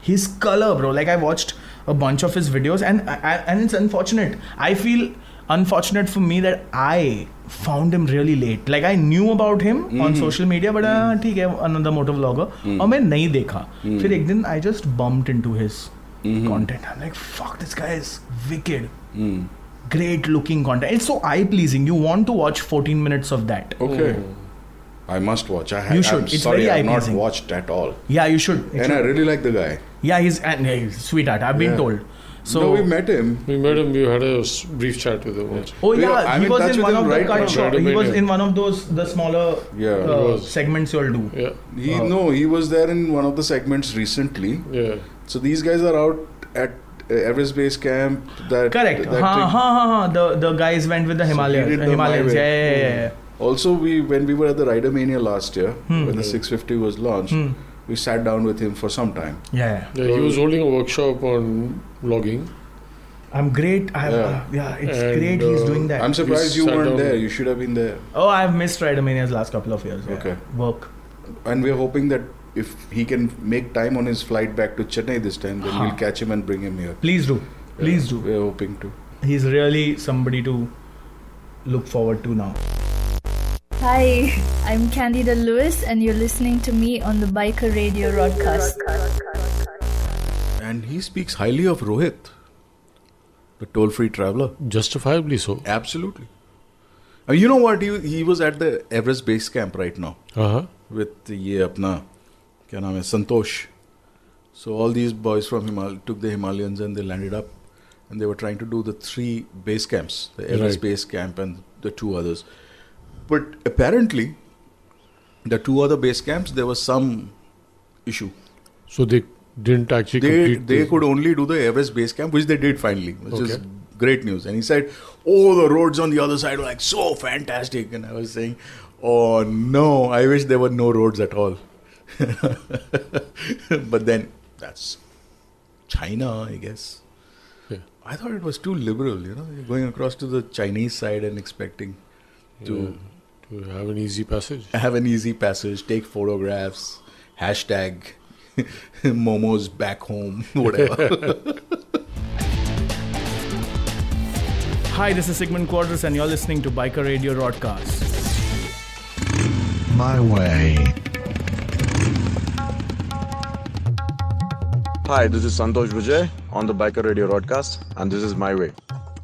His color, bro. Like I watched a bunch of his videos, and I, I- and it's unfortunate. I feel unfortunate for me that I found him really late. Like I knew about him on
Mhm.
social media, but uh, ठीक है another motor vlogger.
Mm.
और मैं नहीं देखा
Mm.
फिर एक दिन I just bumped into his
Hmm.
Content I am like fuck this guy is wicked
Mm.
Great looking content it's so eye pleasing you want to watch 14 minutes of that
Okay. I must watch. I ha-
Mm. You should.
I'm
It's
sorry,
very
I've not
eye-pleasing.
watched at all.
Yeah, you should. It
and I
should.
really like the guy.
Yeah, he's and he's a sweetheart. I've been
Yeah.
told. So
no, we met him.
We met him, we had a s- brief chat with him once.
Oh yeah, he was in one of the cut shop. He was
Radiomania.
in one of those the smaller
Yeah, he
uh,
was.
segments you'll do.
Yeah.
He
Uh,
no, he was there in one of the segments recently.
Yeah.
So these guys are out at uh, Everest Base Camp. That
Correct.
That
Ha
thing.
ha ha ha. The the guys went with the Himalayas.
He did the Hmm.
Himalayas.
Himalaya.
Yeah, yeah, yeah, yeah.
Also, we when we were at the Rider Mania last year,
Hmm.
when the 650 was launched,
Hmm.
we sat down with him for some time.
Yeah.
Yeah, he was holding a workshop on blogging.
I'm great. I
Yeah.
yeah. yeah, it's
And,
great. He's
uh,
doing that.
I'm surprised you
sat
weren't
down.
there. You should have been there.
Oh, I've missed Ridermania's last couple of years. yeah.
Okay.
Work.
And we're hoping that if he can make time on his flight back to Chennai this time, then
Huh.
we'll catch him and bring him here.
Please do. Please do.
We're hoping to.
He's really somebody to look forward to now.
Hi, I'm Candida Lewis, and you're listening to me on the Biker Radio Rodcast.
And he speaks highly of Rohit, the toll free traveler. Justifiably so. Absolutely. I mean, you know what? He, he was at the Everest Base Camp right now
Uh-huh.
with ye apna, kya naam hai, Santosh. So all these boys from Himal took the Himalayans and they landed up and they were trying to do the three base camps, the Everest
Right.
base camp and the two others. But apparently, the two other base camps, there was some issue
So they didn't actually
they
complete
they
this.
could only do the Everest base camp, which they did finally, which is
Okay.
great news. And he said, "Oh, the roads on the other side were like so fantastic," and I was saying, "Oh no, I wish there were no roads at all." *laughs* but then that's China, I guess. I thought it was too liberal, you know, you're going across to the Chinese side and expecting to, to have an easy passage. Have an easy passage, take photographs, hashtag *laughs* Momo's back home, *laughs* whatever.
Hi, this is Sigmund Quadras, and you're listening to Biker Radio Broadcast.
My way.
Hi, this is Santosh Vijay on the Biker Radio broadcast, and this is my way.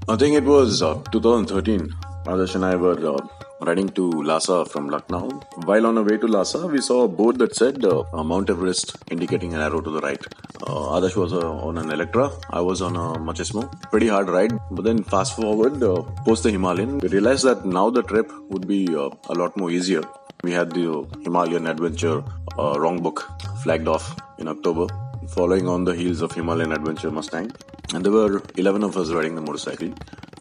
I think it was uh, 2013. Rajesh and I were uh, riding to Lhasa from Lucknow. While on our way to Lhasa, we saw a board that said uh, uh, Mount Everest, indicating an arrow to the right. Uh, Adesh was uh, on an Electra, I was on a Machismo. Pretty hard ride, but then fast forward, uh, post the Himalayan, we realized that now the trip would be uh, a lot more easier. We had the uh, Himalayan adventure uh, wrong book flagged off in October following on the heels of Himalayan Adventure Mustang. And there were 11 of us riding the motorcycle,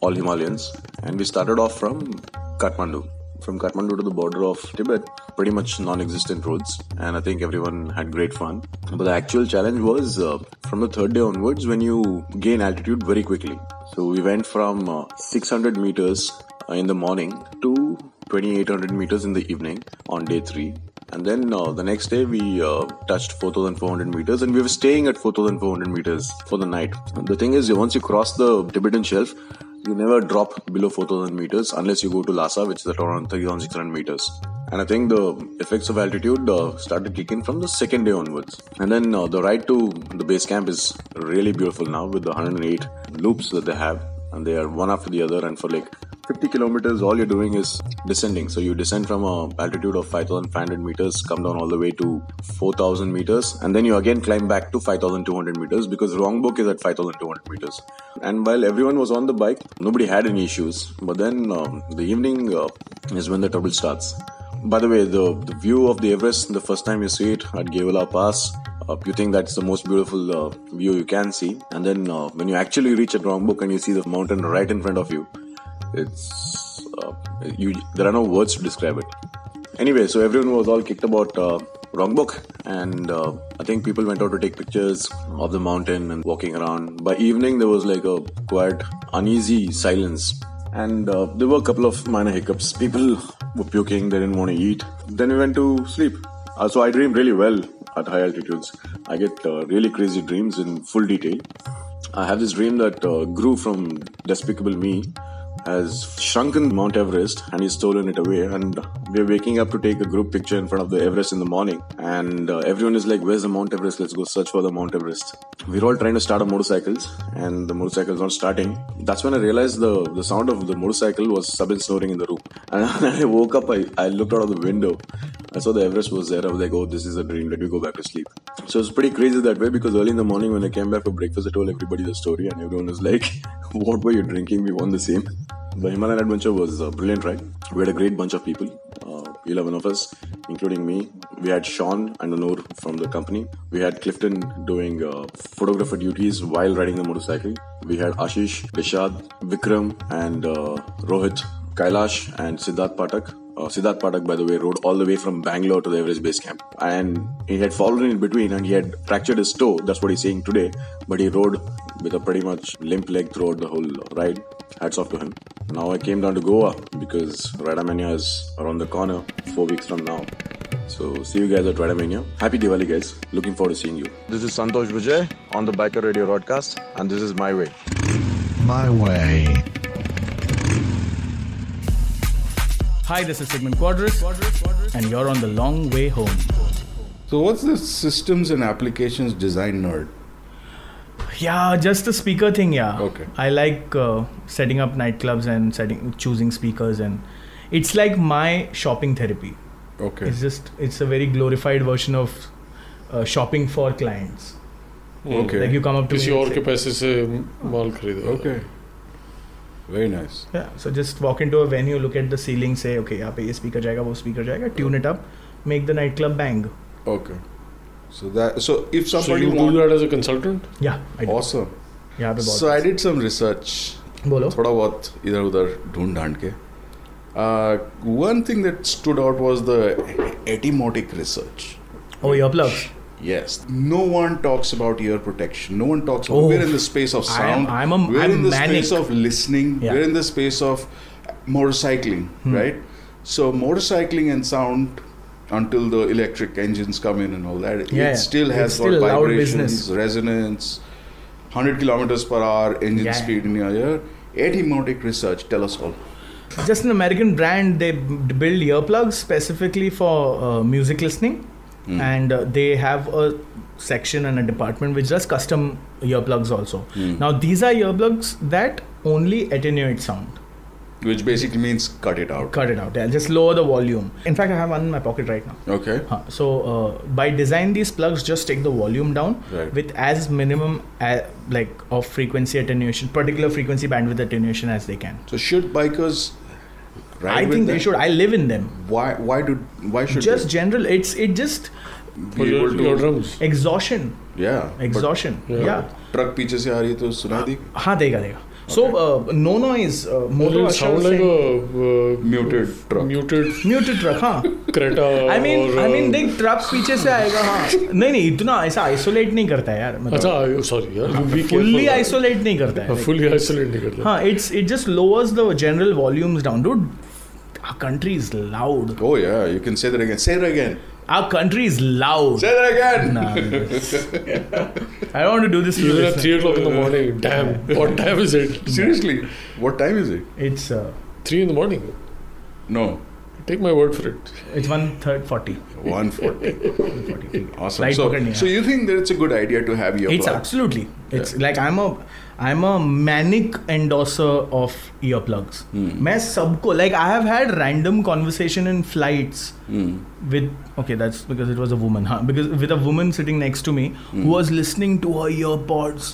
all Himalayans. And we started off from Kathmandu. From Kathmandu to the border of Tibet, pretty much non existent roads. And I think everyone had great fun. But the actual challenge was uh, from the third day onwards when you gain altitude very quickly. So we went from uh, 600 meters uh, in the morning to 2800 meters in the evening on day 3 and then uh, the next day we uh, touched 4400 meters and we were staying at 4400 meters for the night the thing is once you cross the tibetan shelf you never drop below 4000 meters unless you go to lhasa which is at around 3600 meters and i think the effects of altitude uh, started kicking from the second day onwards and then uh, the ride to the base camp is really beautiful now with the 108 loops that they have and they are one after the other and for like 50 kilometers all you're doing is descending so you descend from a altitude of 5500 meters come down all the way to 4000 meters and then you again climb back to 5200 meters because Rongbuk is at 5200 meters and while everyone was on the bike nobody had any issues but then um, the evening uh, is when the trouble starts by the way the, the view of the everest the first time you see it at Gewala pass uh, you think that's the most beautiful uh, view you can see and then uh, when you actually reach at Rongbuk and you see the mountain right in front of you it's uh, you there are no words to describe it anyway so everyone was all kicked about uh, wrong book and uh, i think people went out to take pictures of the mountain and walking around by evening there was like a quiet uneasy silence and uh, there were a couple of minor hiccups people were puking they didn't want to eat then we went to sleep uh, so i dream really well at high altitudes i get uh, really crazy dreams in full detail i have this dream that uh, grew from despicable me has shrunken Mount Everest and he's stolen it away. And we're waking up to take a group picture in front of the Everest in the morning. And uh, everyone is like, Where's the Mount Everest? Let's go search for the Mount Everest. We're all trying to start our motorcycles and the motorcycle's not starting. That's when I realized the, the sound of the motorcycle was Sabin snoring in the room. And I woke up, I, I looked out of the window. I saw the Everest was there. I was like, Oh, this is a dream. Let me go back to sleep. So it's pretty crazy that way because early in the morning when I came back for breakfast, I told everybody the story and everyone was like, *laughs* What were you drinking? We won the same. The Himalayan adventure was a brilliant ride. We had a great bunch of people, uh, 11 of us, including me. We had Sean and Anur from the company. We had Clifton doing uh, photographer duties while riding the motorcycle. We had Ashish, Vishad, Vikram, and uh, Rohit, Kailash, and Siddharth Patak. Uh, Siddharth Patak, by the way, rode all the way from Bangalore to the Everest Base Camp. And he had fallen in between and he had fractured his toe. That's what he's saying today. But he rode with a pretty much limp leg throughout the whole ride. Hats off to him. Now I came down to Goa because Radamania is around the corner four weeks from now. So see you guys at Radamania. Happy Diwali, guys. Looking forward to seeing you.
This is Santosh Vijay on the Biker Radio broadcast, and this is my way.
My way.
Hi, this is Sigmund Quadras, and you're on the long way home.
So what's the systems and applications design nerd?
Yeah, just the speaker thing. Yeah. Okay. I like uh, setting up nightclubs and setting choosing speakers, and it's like my shopping therapy.
Okay.
It's just it's a very glorified version of uh, shopping for clients.
Okay.
Like you come up to
किसी
me
और
and
के
say-
पैसे से माल खरीदा
Okay. Very nice.
Yeah. So just walk into a venue, look at the ceiling, say okay, यहाँ पे ये speaker जाएगा, वो speaker जाएगा, tune it up, make the nightclub bang.
Okay. So that so if
So
somebody
you do
want,
that
as a consultant?
Yeah, I do.
Awesome.
यहाँ पे बहुत
Oh. So I did some research.
बोलो
थोड़ा बहुत इधर उधर ढूंढ ढांड के uh, one thing that stood out was the e-, etymotic research
Oh, earplugs.
Yes. No one talks about ear protection. No one talks about.
Oh.
we're in the space of
I am-
sound.
I'm a-
we're
I'm
in the
manic.
space of listening.
Yeah.
We're in the space of motorcycling,
Hmm.
right? So motorcycling and sound, until the electric engines come in and all that,
Yeah,
it still
it's
has
still
got
loud
vibrations,
business.
resonance, 100 kilometers per hour engine
Yeah.
speed in your ear. Etymologic research tell us all.
Just an American brand. They b- build earplugs specifically for uh, music listening,
Hmm.
and uh, they have a section and a department which does custom earplugs also.
Hmm.
Now these are earplugs that only attenuate sound.
Which basically means cut it out.
Cut it out. Yeah, just lower the volume. In fact, I have one in my pocket right now.
Okay.
Huh. So uh, by design, these plugs just take the volume down
Right.
with as minimum uh, like of frequency attenuation, particular frequency bandwidth attenuation as they can.
So should bikers? Ride
I
with
think
them?
they should. I live in them.
Why? Why do? Why should
Just
they?
general. It's it just.
For your- able to- your drums.
Exhaustion.
Yeah. but-
Exhaustion, yeah.
Truck पीछे से आ रही है तो सुना दी
हाँ देगा देगा. So uh, no noise. Uh, Moto
It'll
Asha
sound
was
like
saying-
a uh,
muted truck.
Muted.
Muted truck,
*laughs*
हाँ.
Creta.
I mean,
or,
I mean,
uh,
देख ट्रक पीछे से आएगा हाँ नहीं नहीं इतना ऐसा आइसोलेट नहीं करता है यार
अच्छा सॉरी यार oh, be careful. uh,
fully isolate नहीं करता है
फुल्ली आइसोलेट नहीं करता
हाँ it's it just lowers the general volumes down dude our country is loud
Oh yeah, you can say that again. Say it again.
Our country is loud *laughs*
Say that again.
I don't want to do this. to
Even
the
at
listener.
three o'clock in the morning. Damn. What time is it?
*laughs* Seriously, what time is it?
It's uh,
three in the morning.
No.
Take my word for it.
It's one third forty. *laughs*
140. awesome.
Right
so,
pocket नहीं है।
so you think that it's a good idea to have your
It's
plug?
absolutely. It's like I'm a I'm a manic endorser of earplugs.
Hmm.
मैं सबको like I have had random conversation in flights
Hmm,
with okay that's because it was a woman huh? because with a woman sitting next to me
Hmm.
who was listening to her earpods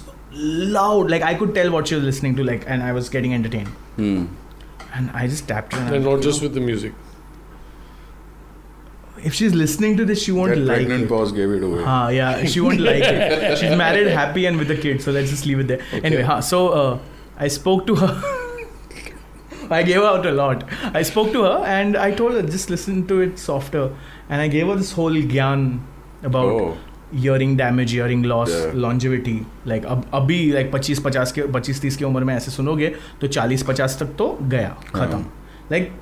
loud like I could tell what she was listening to like and I was getting entertained
hmm.
and I just tapped her and I
And
was
not
like,
just with the music.
if she's listening to this she won't
That
like
pregnant
it.
pause gave it away.
हाँ yeah she
*laughs*
won't like it she's married happy and with a kid so let's just leave it there anyway हाँ so uh, I spoke to her *laughs* I gave her out a lot I spoke to her and I told her just listen to it softer and I gave her this whole gyan about
Oh.
hearing damage hearing loss
Yeah.
longevity like अब अभी like 25 50 के 25 30 की उम्र में ऐसे सुनोगे तो 40 50 तक तो गया खत्म
हाँ।
like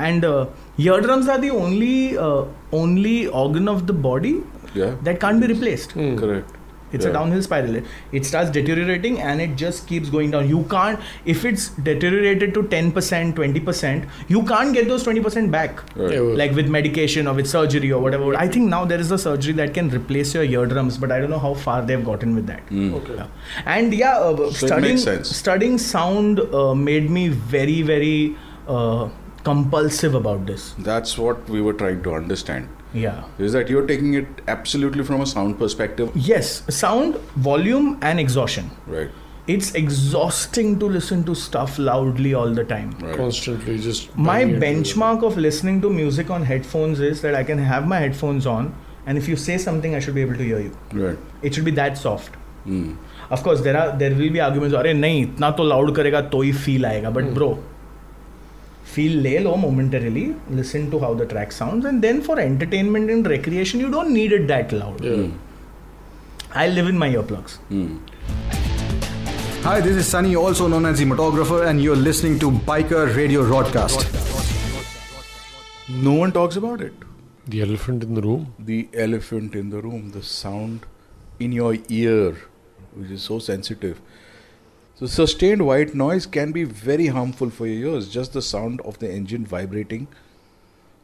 and uh, eardrums are the only uh, only organ of the body
Yeah.
that can't be replaced.
Correct.
It's a
Hmm. Yeah.
downhill spiral. It- It starts deteriorating and it just keeps going down. You can't, if it's deteriorated to 10%, 20%, you can't get those 20% back.
Right. Yeah, well-
Like with medication or with surgery or whatever. I think now there is a surgery that can replace your eardrums, but I don't know how far they've gotten with that.
Okay.
And yeah, uh,
Hmm. So it
studying
makes sense.
studying sound uh, made me very very uh, compulsive about this.
That's what we were trying to understand.
Yeah.
Is that you're taking it absolutely from a sound perspective?
Yes, sound, volume, and exhaustion.
Right.
It's exhausting to listen to stuff loudly all the time.
Constantly just.
My
banging into it.
benchmark of listening to music on headphones is that I can have my headphones on, and if you say something, I should be able to hear you.
Right.
It should be that soft. Of course, there are there will be arguments. अरे नहीं इतना तो loud करेगा तो ही feel आएगा. But bro, feel ले लो momentarily. Listen to how the track sounds, and then for entertainment and recreation, you don't need it that loud. I live in my earplugs.
Hi, this is Sunny, also known as the Motographer, and you're listening to Biker Radio Broadcast.
No one talks about it.
The elephant in the room.
The elephant in the room, the sound in your ear, which is so sensitive. So, sustained white noise can be very harmful for your ears. Just the sound of the engine vibrating,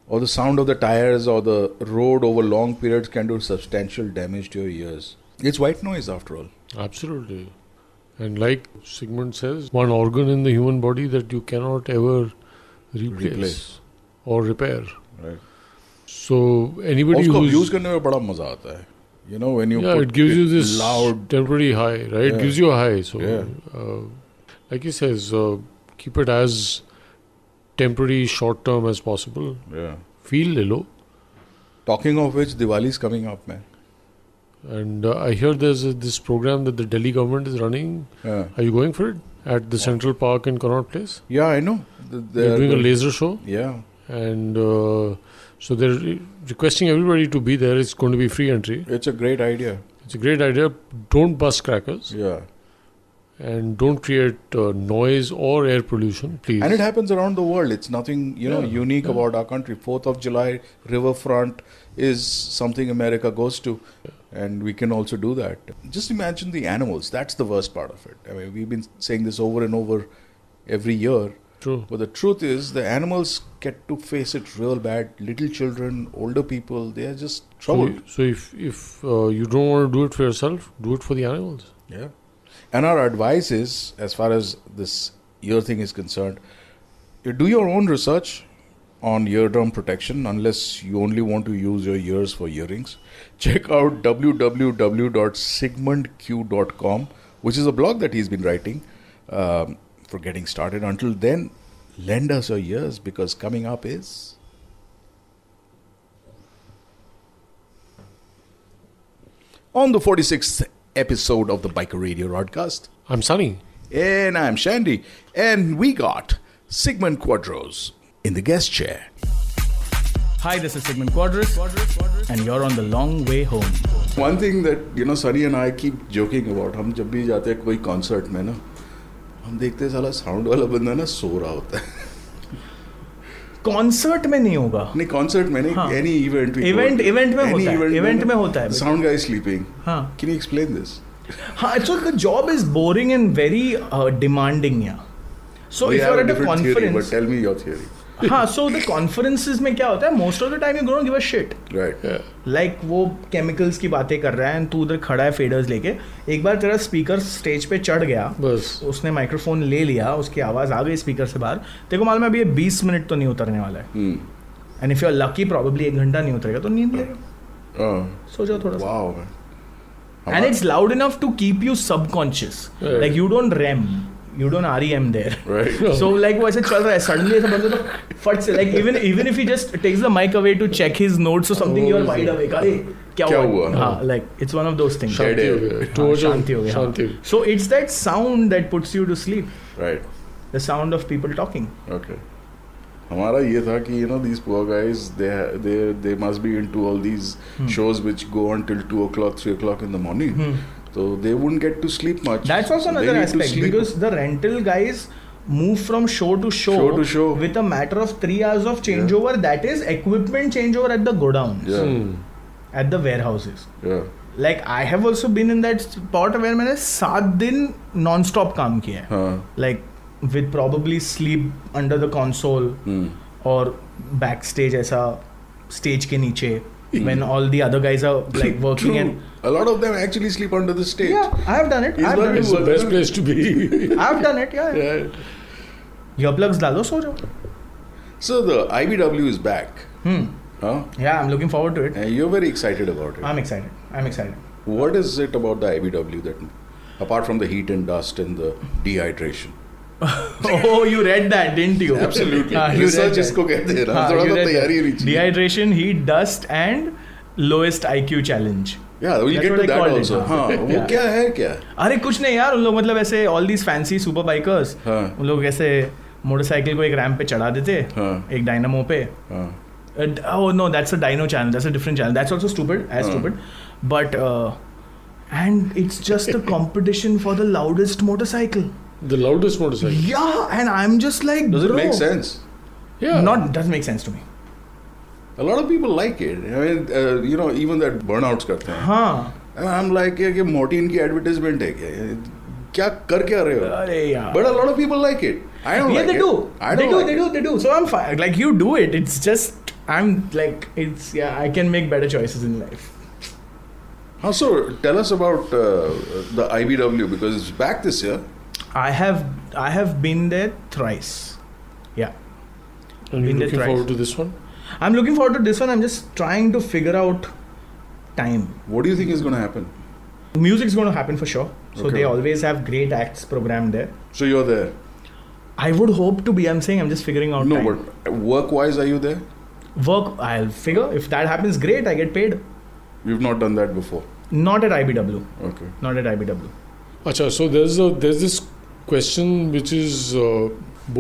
or the sound of the tires, or the road over long periods can do substantial damage to your ears. It's white noise after all.
Absolutely. And like Sigmund says, one organ in the human body that you cannot ever replace,
Replace.
or repair.
Right.
So anybody
उसको
who's
abuse करने में बड़ा मजा आता है. You know when you
yeah,
put
it gives you this
loud
temporary high, right? It
Yeah.
gives you a high. So,
Yeah.
uh, like he says, uh, keep it as temporary, short term as possible.
Yeah.
Feel le lo.
Talking of which, Diwali is coming up, man.
And uh, I hear there's a, this program that the Delhi government is running.
Yeah.
Are you going for it at the Central Park in Connaught Place?
Yeah, I know. Th-
They're
are
doing a
good.
laser show.
Yeah.
and uh, so they're re- requesting everybody to be there. It's going to be free entry.
It's a great idea.
It's a great idea. Don't bust crackers.
Yeah.
And don't create uh, noise or air pollution, please.
And it happens around the world. It's nothing, you know,
Yeah,
unique
yeah.
about our country. Fourth of July riverfront is something America goes to, and we can also do that. Just imagine the animals. That's the worst part of it. I mean, we've been saying this over and over every year.
True.
But the truth is, the animals get to face it real bad. Little children, older people, they are just
So,
troubled.
so if if uh, you don't want to do it for yourself, do it for the animals.
Yeah. And our advice is, as far as this ear thing is concerned, you do your own research on eardrum protection unless you only want to use your ears for earrings. *laughs* Check out www.sigmundq.com, which is a blog that he's been writing um, for getting started. Until then, lend us your ears because coming up is. on the 46th episode of the Biker Radio broadcast.
I'm Sunny.
And I'm Shandy. And we got Sigmund Quadros in the guest chair.
Hi, this is Sigmund Quadris, and you're on the long way home.
One thing that, you know, Sunny and I keep joking about, हम जब भी जाते हैं कोई concert में ना हम देखते हैं साला साउंड वाला बंदा ना सो रहा होता है *laughs*
कॉन्सर्ट में नहीं होगा
नहीं कॉन्सर्ट में नहीं
हाँ.
एनी इवेंट
Event- event में होता है, event में होता है।
साउंड गाय स्लीपिंग
हाँ
कैन यू एक्सप्लेन दिस
हाँ so the job is boring and very uh, demanding yeah so if you're at a
theory but
conference
tell me your theory
हाँ so the conferences में क्या होता है most of the time you don't give a shit
right yeah.
Like like, वो chemicals की बातें कर रहा है and तू उधर खड़ा है फेडर्स लेके एक बार तेरा स्पीकर स्टेज पे चढ़ गया
बस
उसने माइक्रोफोन ले लिया उसकी आवाज़ आ गई स्पीकर से बाहर तेरे को मालूम है अभी ये बीस मिनट तो नहीं उतरने वाला है and if you are lucky probably एक घंटा नहीं उतरेगा तो नींद लेगा
Oh,
सो जाओ थोड़ा
wow
and it's loud enough to keep you subconscious
Right.
Like you don't REM you don't R E M there
Right.
So like वो ऐसे चल रहा है सडनली ऐसा बंदा तो फट से like even even if he just takes the mic away to check his notes और something you are wide awake अरे क्या
Oh. क्या
हुआ
हुआ?
हाँ like it's one of those things
Dead air. Dead air.
हाँ, शांति हो
शांति
गई so it's that sound that puts you to sleep
right
the sound of people talking
Okay. हमारा ये था कि you know these poor guys they they must be in to all these
Hmm.
Shows which go on till two o'clock three o'clock in the morning
Hmm.
तो they wouldn't get to sleep much
That's also another aspect because the rental guys move from show to show,
Show to
show with a matter of three hours of changeover. That is equipment changeover at the godowns,
Yeah. Hmm.
at the warehouses.
yeah.
Like I have also been in that spot where मैंने सात दिन non-stop काम किया है.
हाँ.
Like with probably sleep under the console
Hmm.
or backstage ऐसा stage के नीचे when all the other guys are
*laughs*
like working
Hmm. True.
and
A lot of them actually sleep under the stage.
Yeah, I have done it.
It's
I have
not
done
the
it.
best place
to be.
*laughs*
I've done it, yeah. Earplugs डालो सो जाओ
So the IBW is back.
Hmm.
Huh?
Yeah, I'm looking forward to it.
And you're very excited about it.
I'm excited. I'm excited.
What is it about the IBW that, apart from the heat and dust and the dehydration?
oh, you read that, didn't you?
Absolutely.
हाँ, you
Research
read that.
इसको कहते हैं ना,
हाँ,
थोड़ा
you
तो
read that.
तैयारी होनी चाहिए।
Dehydration, heat, dust, and lowest IQ challenge.
Yeah, we'll
That's
get
what
to
I
that
called it,
also.
हाँ.
हाँ, वो
Yeah.
क्या है क्या?
अरे कुछ नहीं यार उन लोग मतलब ऐसे all these fancy super bikers
हाँ.
उन लोग ऐसे मोटरसाइकिल को एक रैंप पे चढ़ा देते
हाँ।
एक डायनामो पे Uh, oh no, that's a Dino channel. That's a different channel. That's also stupid, as
Uh.
stupid. But uh, and it's just a competition for the loudest motorcycle.
The loudest motorcycle.
Yeah, and I'm just like,
Does it
bro,
make sense?
Yeah. Not doesn't make sense to me.
A lot of people like it. I mean, uh, you know, even that burnouts करते हैं.
हाँ.
And I'm like, ये कि Mortein की advertisement है क्या? ये क्या कर क्या रहे हो?
अरे यार.
But a lot of people like it. I don't
yeah,
like
they
it.
do.
I
they
don't
do.
like
they
it.
do. They do. So I'm fine. Like you do it. It's just I'm like it's yeah. I can make better choices in life.
Huh, so tell us about uh, the IBW because it's back this year.
I have I have been there thrice. Yeah.
And you're
Been there
looking
thrice.
forward to this one?
I'm looking forward to this one. I'm just trying to figure out time.
What do you think is going to happen?
Music's going to happen for sure. So
Okay.
they always have great acts programmed there.
So you're there.
I would hope to be. I'm saying I'm just figuring out.
No,
time.
but work-wise, are you there?
Work. I'll figure. If that happens, great. I get paid.
We've not done that before.
Not at IBW.
Okay.
Not at IBW.
Acha, so there's a there's this question which is uh,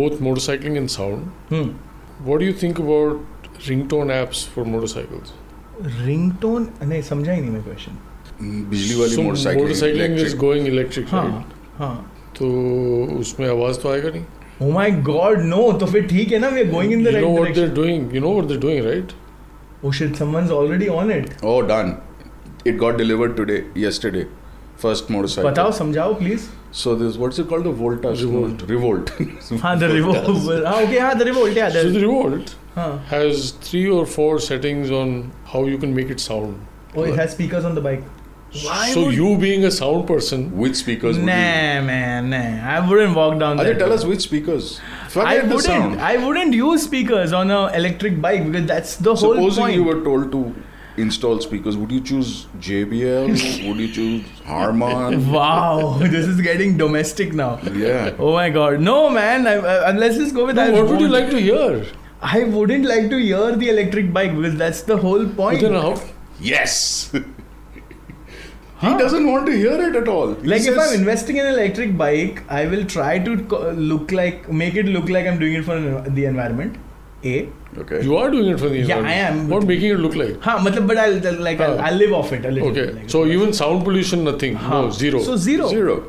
both motorcycling and sound.
Hmm.
What do you think about ringtone apps for motorcycles?
Ringtone नहीं समझा ही नहीं मैं question
बिजली वाली
So,
motorcycling,
motorcycling is
electric.
going electric,
हाँ
right?
हाँ Oh
तो उसमें आवाज तो आएगा नहीं
ओ माय गॉड नो तो फिर ठीक है ना we are going in the
You
right
know what
direction
they're doing. You know what they're doing, right?
Oh shit, someone's already on it.
Oh, done. It got delivered today, yesterday. First motorcycle.
बताओ समझाओ please
So this, what's it called? The Voltas. Revolt. Revolt. *laughs*
हाँ the revolt हाँ okay हाँ the revolt या
So the revolt
Huh.
has three or four settings on how you can make it sound.
Oh, it has speakers on the bike. Why
so
would-
you being a sound person,
which speakers?
Nah, man, nah. I wouldn't walk down
Ajay,
there.
tell us which speakers. Forget
I
the
wouldn't.
sound.
I wouldn't use speakers on an electric bike because that's the whole
Supposing
point.
you were told to install speakers, would you choose
*laughs*
JBL? would you choose Harman?
wow, *laughs* this is getting domestic now.
Yeah.
Oh my god. No, man. I, I, and let's just go with
No,
that.
what would you like to hear?
I wouldn't like to hear the electric bike because that's the whole point.
then how-
Yes. He doesn't want to hear it at all. He
Like if
says-
I'm investing in an electric bike, I will try to co- look like make it look like I'm doing it for an- the environment. A.
Okay.
you are doing it for the
Yeah,
environment.
I am.
What making it look like?
हाँ मतलब but I'll I'll- like I'll,
Huh.
I'll live off it a little.
Okay.
bit, like-
so even sound pollution, nothing. No,
Huh.
zero.
So zero.
Zero.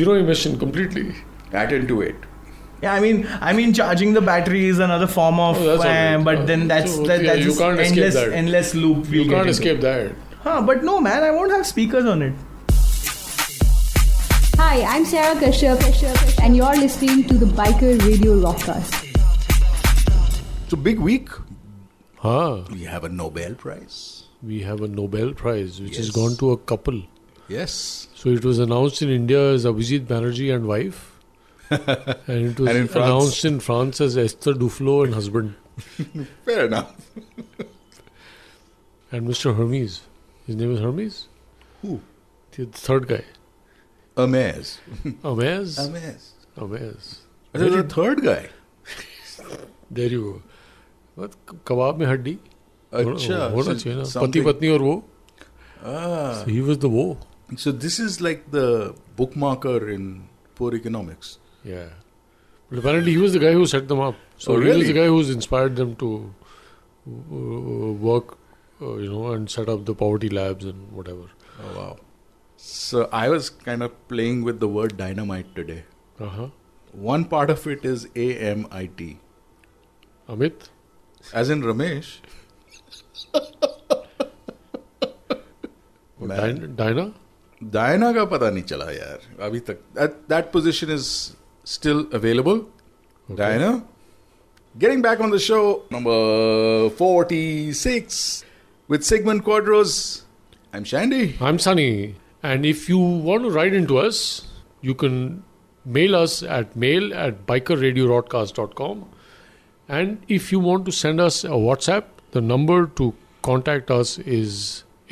Zero emission completely.
At into it.
yeah, I mean I mean charging the battery is another form of,
Oh, that's all
eh,
right.
but
Uh,
then that's
so,
that,
yeah,
that's
you
just
can't escape
endless
that.
endless loop.
You
we'll get
can't
into.
escape that.
Huh, but no man, I won't have speakers on it.
Hi, I'm Sarah Kashyap, and you're listening to the Biker Radio Rockcast.
It's a big week.
Huh.
We have a Nobel Prize.
We have a Nobel Prize which has
Yes.
gone to a couple.
Yes.
So it was announced in India as Abhijit Banerjee and
*laughs*
wife. and it was
And in France.
announced in France as Esther Duflo and husband.
Fair enough.
And Mr. Hermes. His name is Hermes?
Who?
The third guy.
Amaz.
Amaz?
Amaz.
Amaz.
There's a third guy.
There you go. What? कबाब में हड्डी
अच्छा,
होना- होना
so
चाहिए ना पति
something-
पत्नी और वो
Ah.
So he was the wo
So this is like the bookmarker in poor economics.
Yeah. But apparently, he was the guy who set them up. So
Oh,
he was
really?
the guy who's inspired them to uh, work, uh, you know, and set up the poverty labs and whatever.
Oh wow. So I was kind of playing with the word dynamite today.
Uh-huh.
One part of it is A M I T.
Amit?
As in Ramesh.
Dyn- Dyna?
Dyna का पता नहीं चला यार अभी तक that position is still available Diana getting back on the show number 46 with Sigmund Quadros. I'm Shandy.
I'm Sunny. And if you want to write into us, you can mail us at mail at bikerradiorodcast.com. And if you want to send us a WhatsApp, the number to contact us is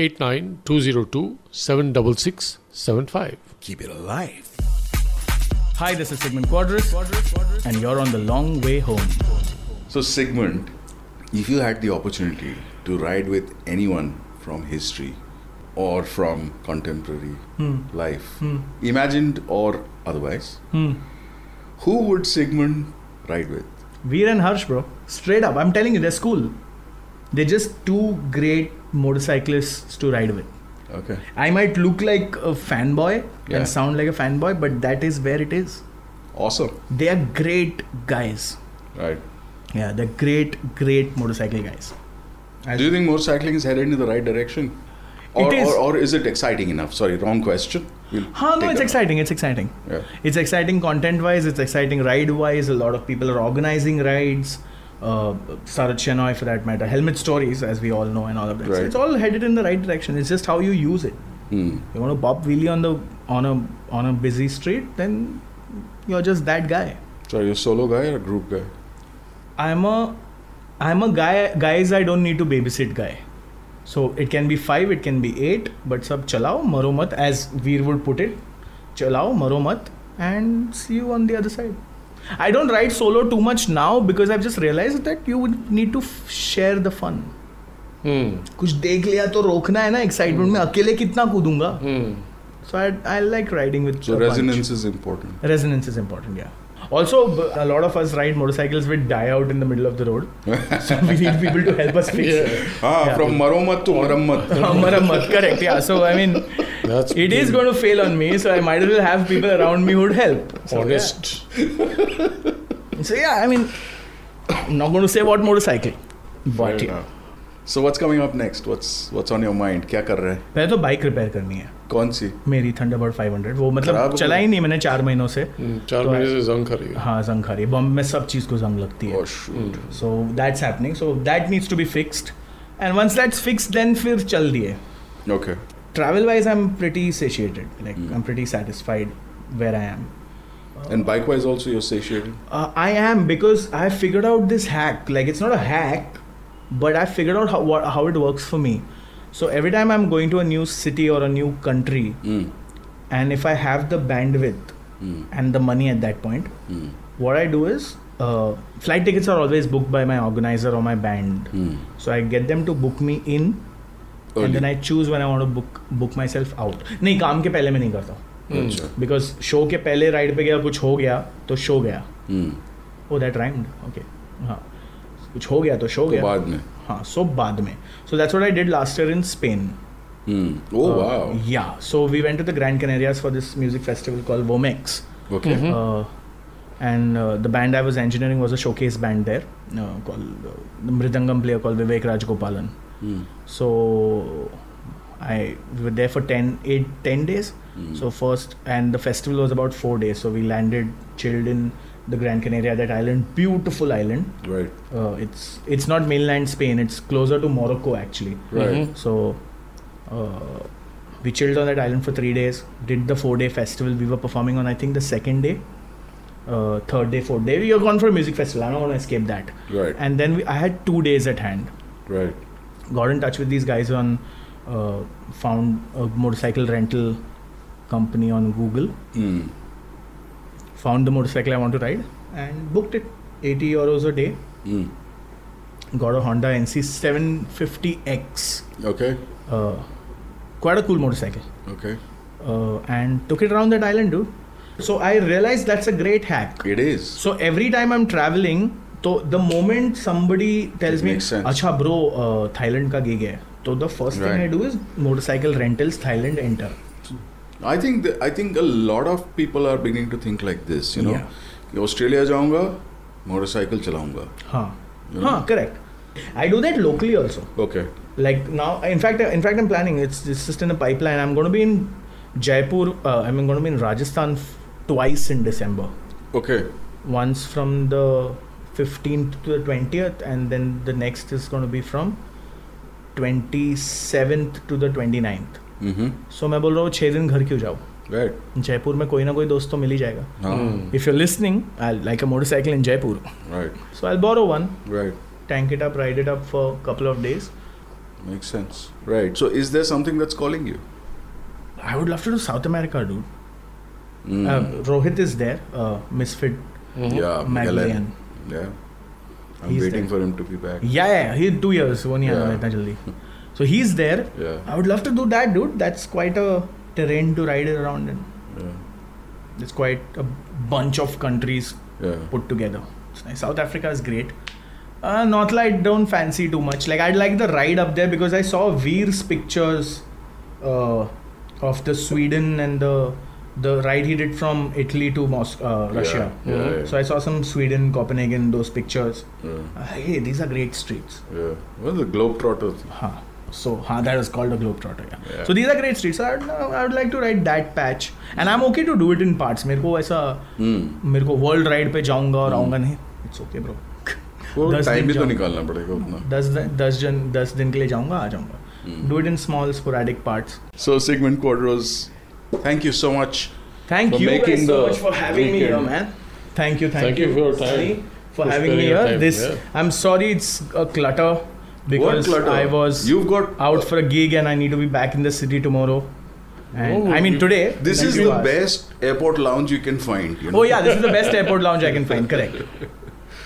89202 76675.
Keep it alive.
Hi, this is Sigmund Quadris, and you're on the long way home.
So, Sigmund, if you had the opportunity to ride with anyone from history or from contemporary
Hmm.
life,
Hmm.
imagined or otherwise,
Hmm.
who would Sigmund ride with?
Veer and Harsh, bro. Straight up. I'm telling you, they're cool. They're just two great motorcyclists to ride with.
Okay.
I might look like a fanboy
Yeah.
and sound like a fanboy, but that is where it is.
Awesome.
They are great guys.
Right.
Yeah, they're great, great motorcycle guys.
Do you think motorcycling is headed in the right direction? Or,
It is.
Or, or is it exciting enough? Sorry, wrong question. We'll
Huh, no,
take
it's
that.
exciting. It's exciting.
Yeah.
It's exciting content wise, it's exciting ride wise. A lot of people are organizing rides. Uh, Sarat Chennai, for that matter. Helmet stories, as we all know, and all of that. So
Right.
it's all headed in the right direction. It's just how you use it.
Hmm.
You want to pop wheelie on the on a on a busy street, then you're just that guy.
So, are you a solo guy or a group guy?
I'm a I'm a guy guys I don't need to babysit guy. So it can be five, it can be eight, but sub chalao maro mat as Veer would put it, chalao maro mat and see you on the other side. I don't ride solo too much now because I've just realized that you would need to f- share the fun. कुछ देख लिया तो रोकना है ना excitement में अकेले कितना कूदूंगा so I I like riding with
So, resonance is important.
resonance is important yeah Also, b- a lot of us ride motorcycles which die out in the middle of the
*laughs*
road. so we need people to help us fix it.
Ah, from maromat to
*laughs*
marammat.
Marammat, correct. Yeah. So I mean, it is going to fail on me. So I might as well have people around me who'd help. So,
Honest.
Yeah. So yeah, I mean, I'm not going to say what motorcycle, but yeah.
So what's coming up next? What's what's on your mind? क्या कर रहे हैं?
पहले तो bike repair करनी है
कौन सी?
मेरी थंडरबर्ड 500 वो
खराब
मतलब
हो
चला
गई?
ही नहीं मैंने चार महीनों से
चार
तो
महीने
I-
से जंग खा रही है
हाँ जंग खा रही है बॉम्ब में सब चीज़ को जंग लगती
Oh,
है so that's happening so that needs to be fixed and once that's fixed then फिर चल दिए Hmm.
Okay.
Travel wise I am pretty satiated like I am pretty satisfied where I am
And bike wise also you're satiated.
Uh, I am because I figured out this hack. Like it's not a hack, but I figured out how what, how it works for me. So every time I'm going to a new city or a new country, and if I have the bandwidth and the money at that point, what I do is uh, flight tickets are always booked by my organizer or my band. So I get them to book me in, and then I choose when I want to book book myself out. नहीं काम के पहले मैं नहीं करता
अच्छा।
Because show के पहले राइड पे गया कुछ हो गया तो शो गया Oh,
Hmm.
Oh that rhymed okay हाँ कुछ हो गया तो शो
तो
गया
बाद में।
हाँ सो बाद में so that's what I did last year in Spain
Hmm.
Uh,
Oh wow.
Yeah so we went to the grand Canarias for this music festival call वोमेक्स
Okay.
Mm-hmm.
Mhm.
Uh, and uh, the band I was engineering was a showcase band there uh, called uh, the Mridangam player called Vivek Rajgopalan.
Hmm.
So I we were there for 10, eight, 10 days. So first, and the festival was about four days. So we landed, chilled in the Gran Canaria, that island, beautiful island.
Right.
Uh, it's it's not mainland Spain. It's closer to Morocco actually.
Right. Mhm.
So uh, we chilled on that island for three days. Did the four day festival. We were performing on I think the second day, uh, third day, fourth day. We are gone for a music festival. I'm not gonna escape that.
Right.
And then we, I had two days at hand.
Right.
Got in touch with these guys on uh, found a motorcycle rental company on Google.
Hmm.
Found the motorcycle I want to ride and booked it. 80 euros a day
Hmm.
got a Honda NC750X.
Okay.
Uh, quite a cool motorcycle.
Okay.
Uh, and took it around that island, dude. So I realized that's a great hack.
It is.
So every time I'm traveling, so the moment somebody tells
It
me,
makes sense.
"Acha bro, uh, Thailand ka gig hai," so the first thing
Right.
I do is motorcycle rentals Thailand enter.
I think th- I think a lot of people are beginning to think like this. You know,
Yeah.
कि Australia जाऊंगा motorcycle चलाऊंगा.
Huh.
You know?
Huh, correct. I do that locally also.
Okay.
like now in fact in fact i'm planning it's, it's just in the pipeline i'm going to be in jaipur uh, i'm going to be in rajasthan f- twice in december
Okay.
once from the 15th to the 20th and then the next is going to be from 27th to the 29th
Mm-hmm.
So मैं बोल रहा हूँ छः दिन घर क्यों जाओ
Right.
Jaipur में कोई ना कोई दोस्त तो मिल ही जाएगा
हाँ. Hmm.
If you listening I like a motorcycle in Jaipur
Right.
So I borrow one
Right.
Tank it up ride it up for couple of days
Makes sense. Right. So is there something that's calling you?
I would love to do South America, dude.
Mm.
Uh, Rohit is there, uh, Misfit
Yeah.
Magdalene.
Magdalene. Yeah. I'm
He's
waiting
there.
for him to be back.
Yeah, yeah, he two years, वो नहीं आया
Yeah.
इतना जल्दी. So he's there.
Yeah.
I would love to do that, dude. That's quite a terrain to ride around in.
Yeah.
It's quite a bunch of countries
Yeah.
put together. It's nice. South Africa is great. Uh, Northla, I don't fancy too much. Like I'd like the ride up there because I saw Veer's pictures uh, of the Sweden and the the ride he did from Italy to Moscow, uh, Russia.
yeah, yeah.
So I saw some Sweden, Copenhagen, those pictures.
Yeah.
Uh, hey, these are great streets.
Yeah. Well, the globetrotter thing.
Huh. हाँ, So huh, that is called a globetrotter. Yeah.
Yeah.
So these are great streets. I would, I would like to ride that patch, and I'm okay to do it in parts. मेरे को ऐसा
Hmm.
मेरे को world ride पे जाऊंगा और आऊंगा नहीं इट्स ओके ब्रो
वो
दस
time
दिन
भी तो
जाओ।
निकालना पड़ेगा उतना.
दस दस जन दस दिन के लिए जाऊंगा आ जाऊंगा do it in small sporadic parts
So Sigmund Quadros, thank you so much.
Thank
for
you
making
guys so
the
much for having me here,
weekend.
man. Thank you, thank,
Thank you for your time.
Sunny, for
For
having me
sparing your
here.
time,
This
yeah.
I'm sorry it's a clutter because
clutter?
I was
You've got
out for a gig and I need to be back in the city tomorrow. And I mean today.
This
in a
is
few
the
hours.
best airport lounge you can find. You know?
Oh yeah, this is the best airport lounge I can find. Correct.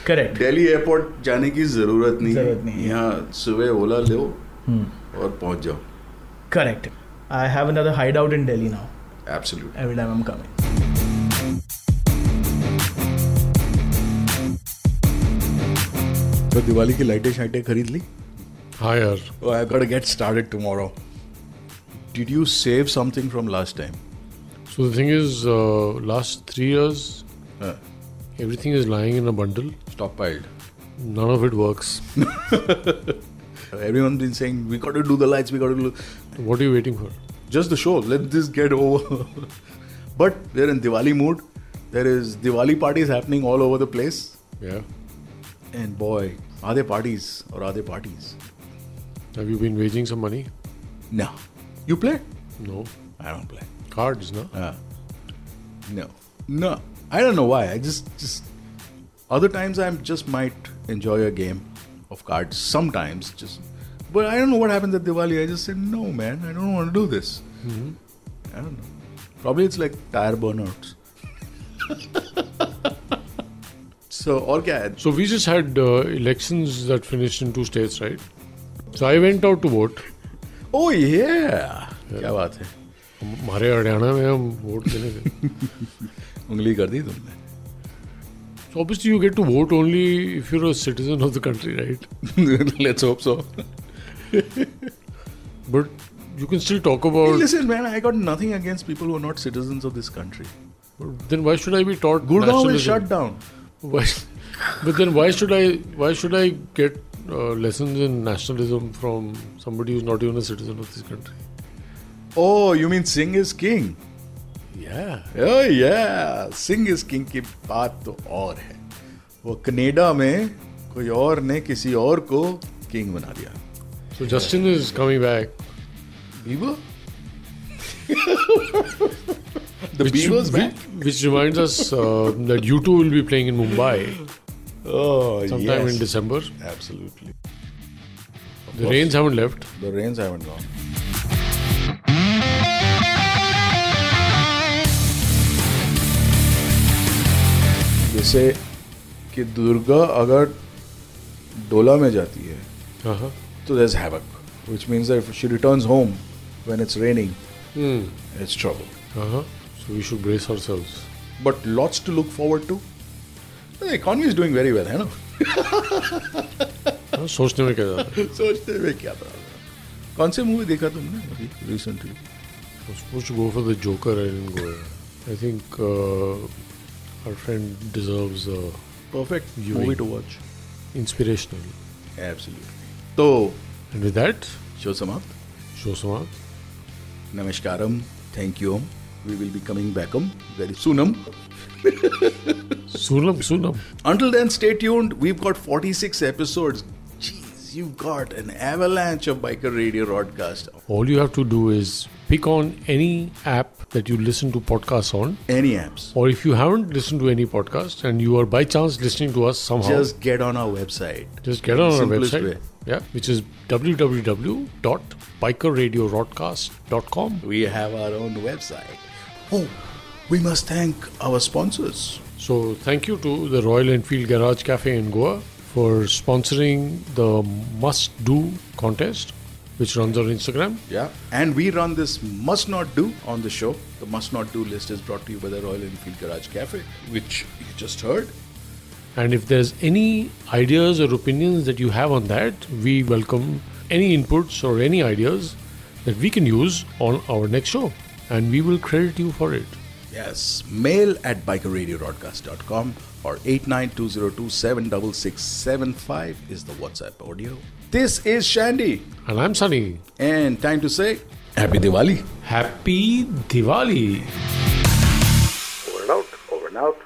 Correct.
Delhi airport जाने की जरूरत नहीं
जरूरत नहीं
है हम्म। यहाँ सुबह ओला लो और पहुंच जाओ
Correct. I have another hideout in Delhi now.
Absolute
Every time I'm coming.
तो दिवाली की लाइटें शाइटें खरीद ली Oh,
हाँ यार
I got get started tomorrow did you save something from last time
So the thing is, uh, last three years, everything is lying in a bundle.
Stockpiled.
None of it works.
Everyone's been saying we got to do the lights, we got to do.
What are you waiting for?
Just the show. Let this get over. *laughs* but we're in Diwali mood. There is Diwali parties happening all over the place.
Yeah.
And boy, are there parties or are there parties?
Have you been waging some money?
No. You play?
No.
I don't play.
Cards, no?
Uh, no. No. I don't know why. I just just other times I just might enjoy a game of cards. Sometimes just but I don't know what happens at Diwali. I just said no man, I don't want to do this.
Mhm.
I don't know. Probably it's like tire burnouts. so all क्या
So we just had uh, elections that finished in two states, right? So I went out to vote.
Oh yeah. क्या बात है
हमारे हरियाणा में हम vote देने
*laughs*
गए
उंगली कर दी तुमने
So obviously you get to vote only if you're a citizen of the country, right?
*laughs* Let's hope so.
but you can still talk
Hey,
about
listen man, I got nothing against people who are not citizens of this country.
then why should I be taught
Gurgaon
nationalism?
is shut down.
*laughs* Why, but then why should I why should I get uh, lessons in nationalism from somebody who's not even a citizen of this country?
Oh, you mean Singh is king?
Yeah.
Oh yeah, Singh is king की बात तो और है वो Canada में कोई और ने किसी और को किंग बना दिया
So Justin is coming back.
Bieber?
The which,
Bieber's
which,
back?
which reminds us uh, that you two will be playing in Mumbai.
Oh
Sometime
yes.
in December.
Absolutely.
The rains haven't left.
The rains haven't gone. जैसे कि दुर्गा अगर डोला में जाती है
Uh-huh.
So there's havoc, which means that if she returns home when it's raining,
Hmm.
it's trouble.
Uh-huh. So we should brace ourselves.
But lots to look forward to. The economy is doing very well, है ना?
हाँ, सोचने में क्या जाता *laughs* है?
सोचते हुए क्या प्रॉब्लम कौन से मूवी देखा तुमने अभी recently
I was supposed to go for the Joker. I didn't go. I think uh, our friend deserves a
Perfect
viewing.
movie to watch.
Inspirational.
Absolutely तो
And with that,
शो समाप्त
show समाप्त
नमस्कारम thank you we will be coming बैकम very सूनम
Sunam, Sunam.
Until then, stay tuned. We've got 46 episodes. Jeez, you've got an avalanche of Biker Radio broadcast.
All you have to do is pick on any app that you listen to podcasts on.
Any apps.
Or if you haven't listened to any podcast and you are by chance listening to us somehow,
Just get on our website.
just get on our
Simplest
website.
way.
Yeah, which is www.bikerradioroadcast.com.
We have our own website. Oh, we must thank our sponsors.
So thank you to the Royal Enfield Garage Cafe in Goa for sponsoring the must do contest which runs on Instagram.
Yeah. And we run this must not do on the show. The must not do list is brought to you by the Royal Enfield Garage Cafe, which you just heard.
And if there's any ideas or opinions that you have on that, we welcome any inputs or any ideas that we can use on our next show. And we will credit you for it.
Yes, mail at bikerradiobroadcast.com or 89202766775 is the WhatsApp audio. This is Shandy.
And I'm Sunny.
And time to say Happy Diwali.
Happy Diwali.
Over and out, over and out,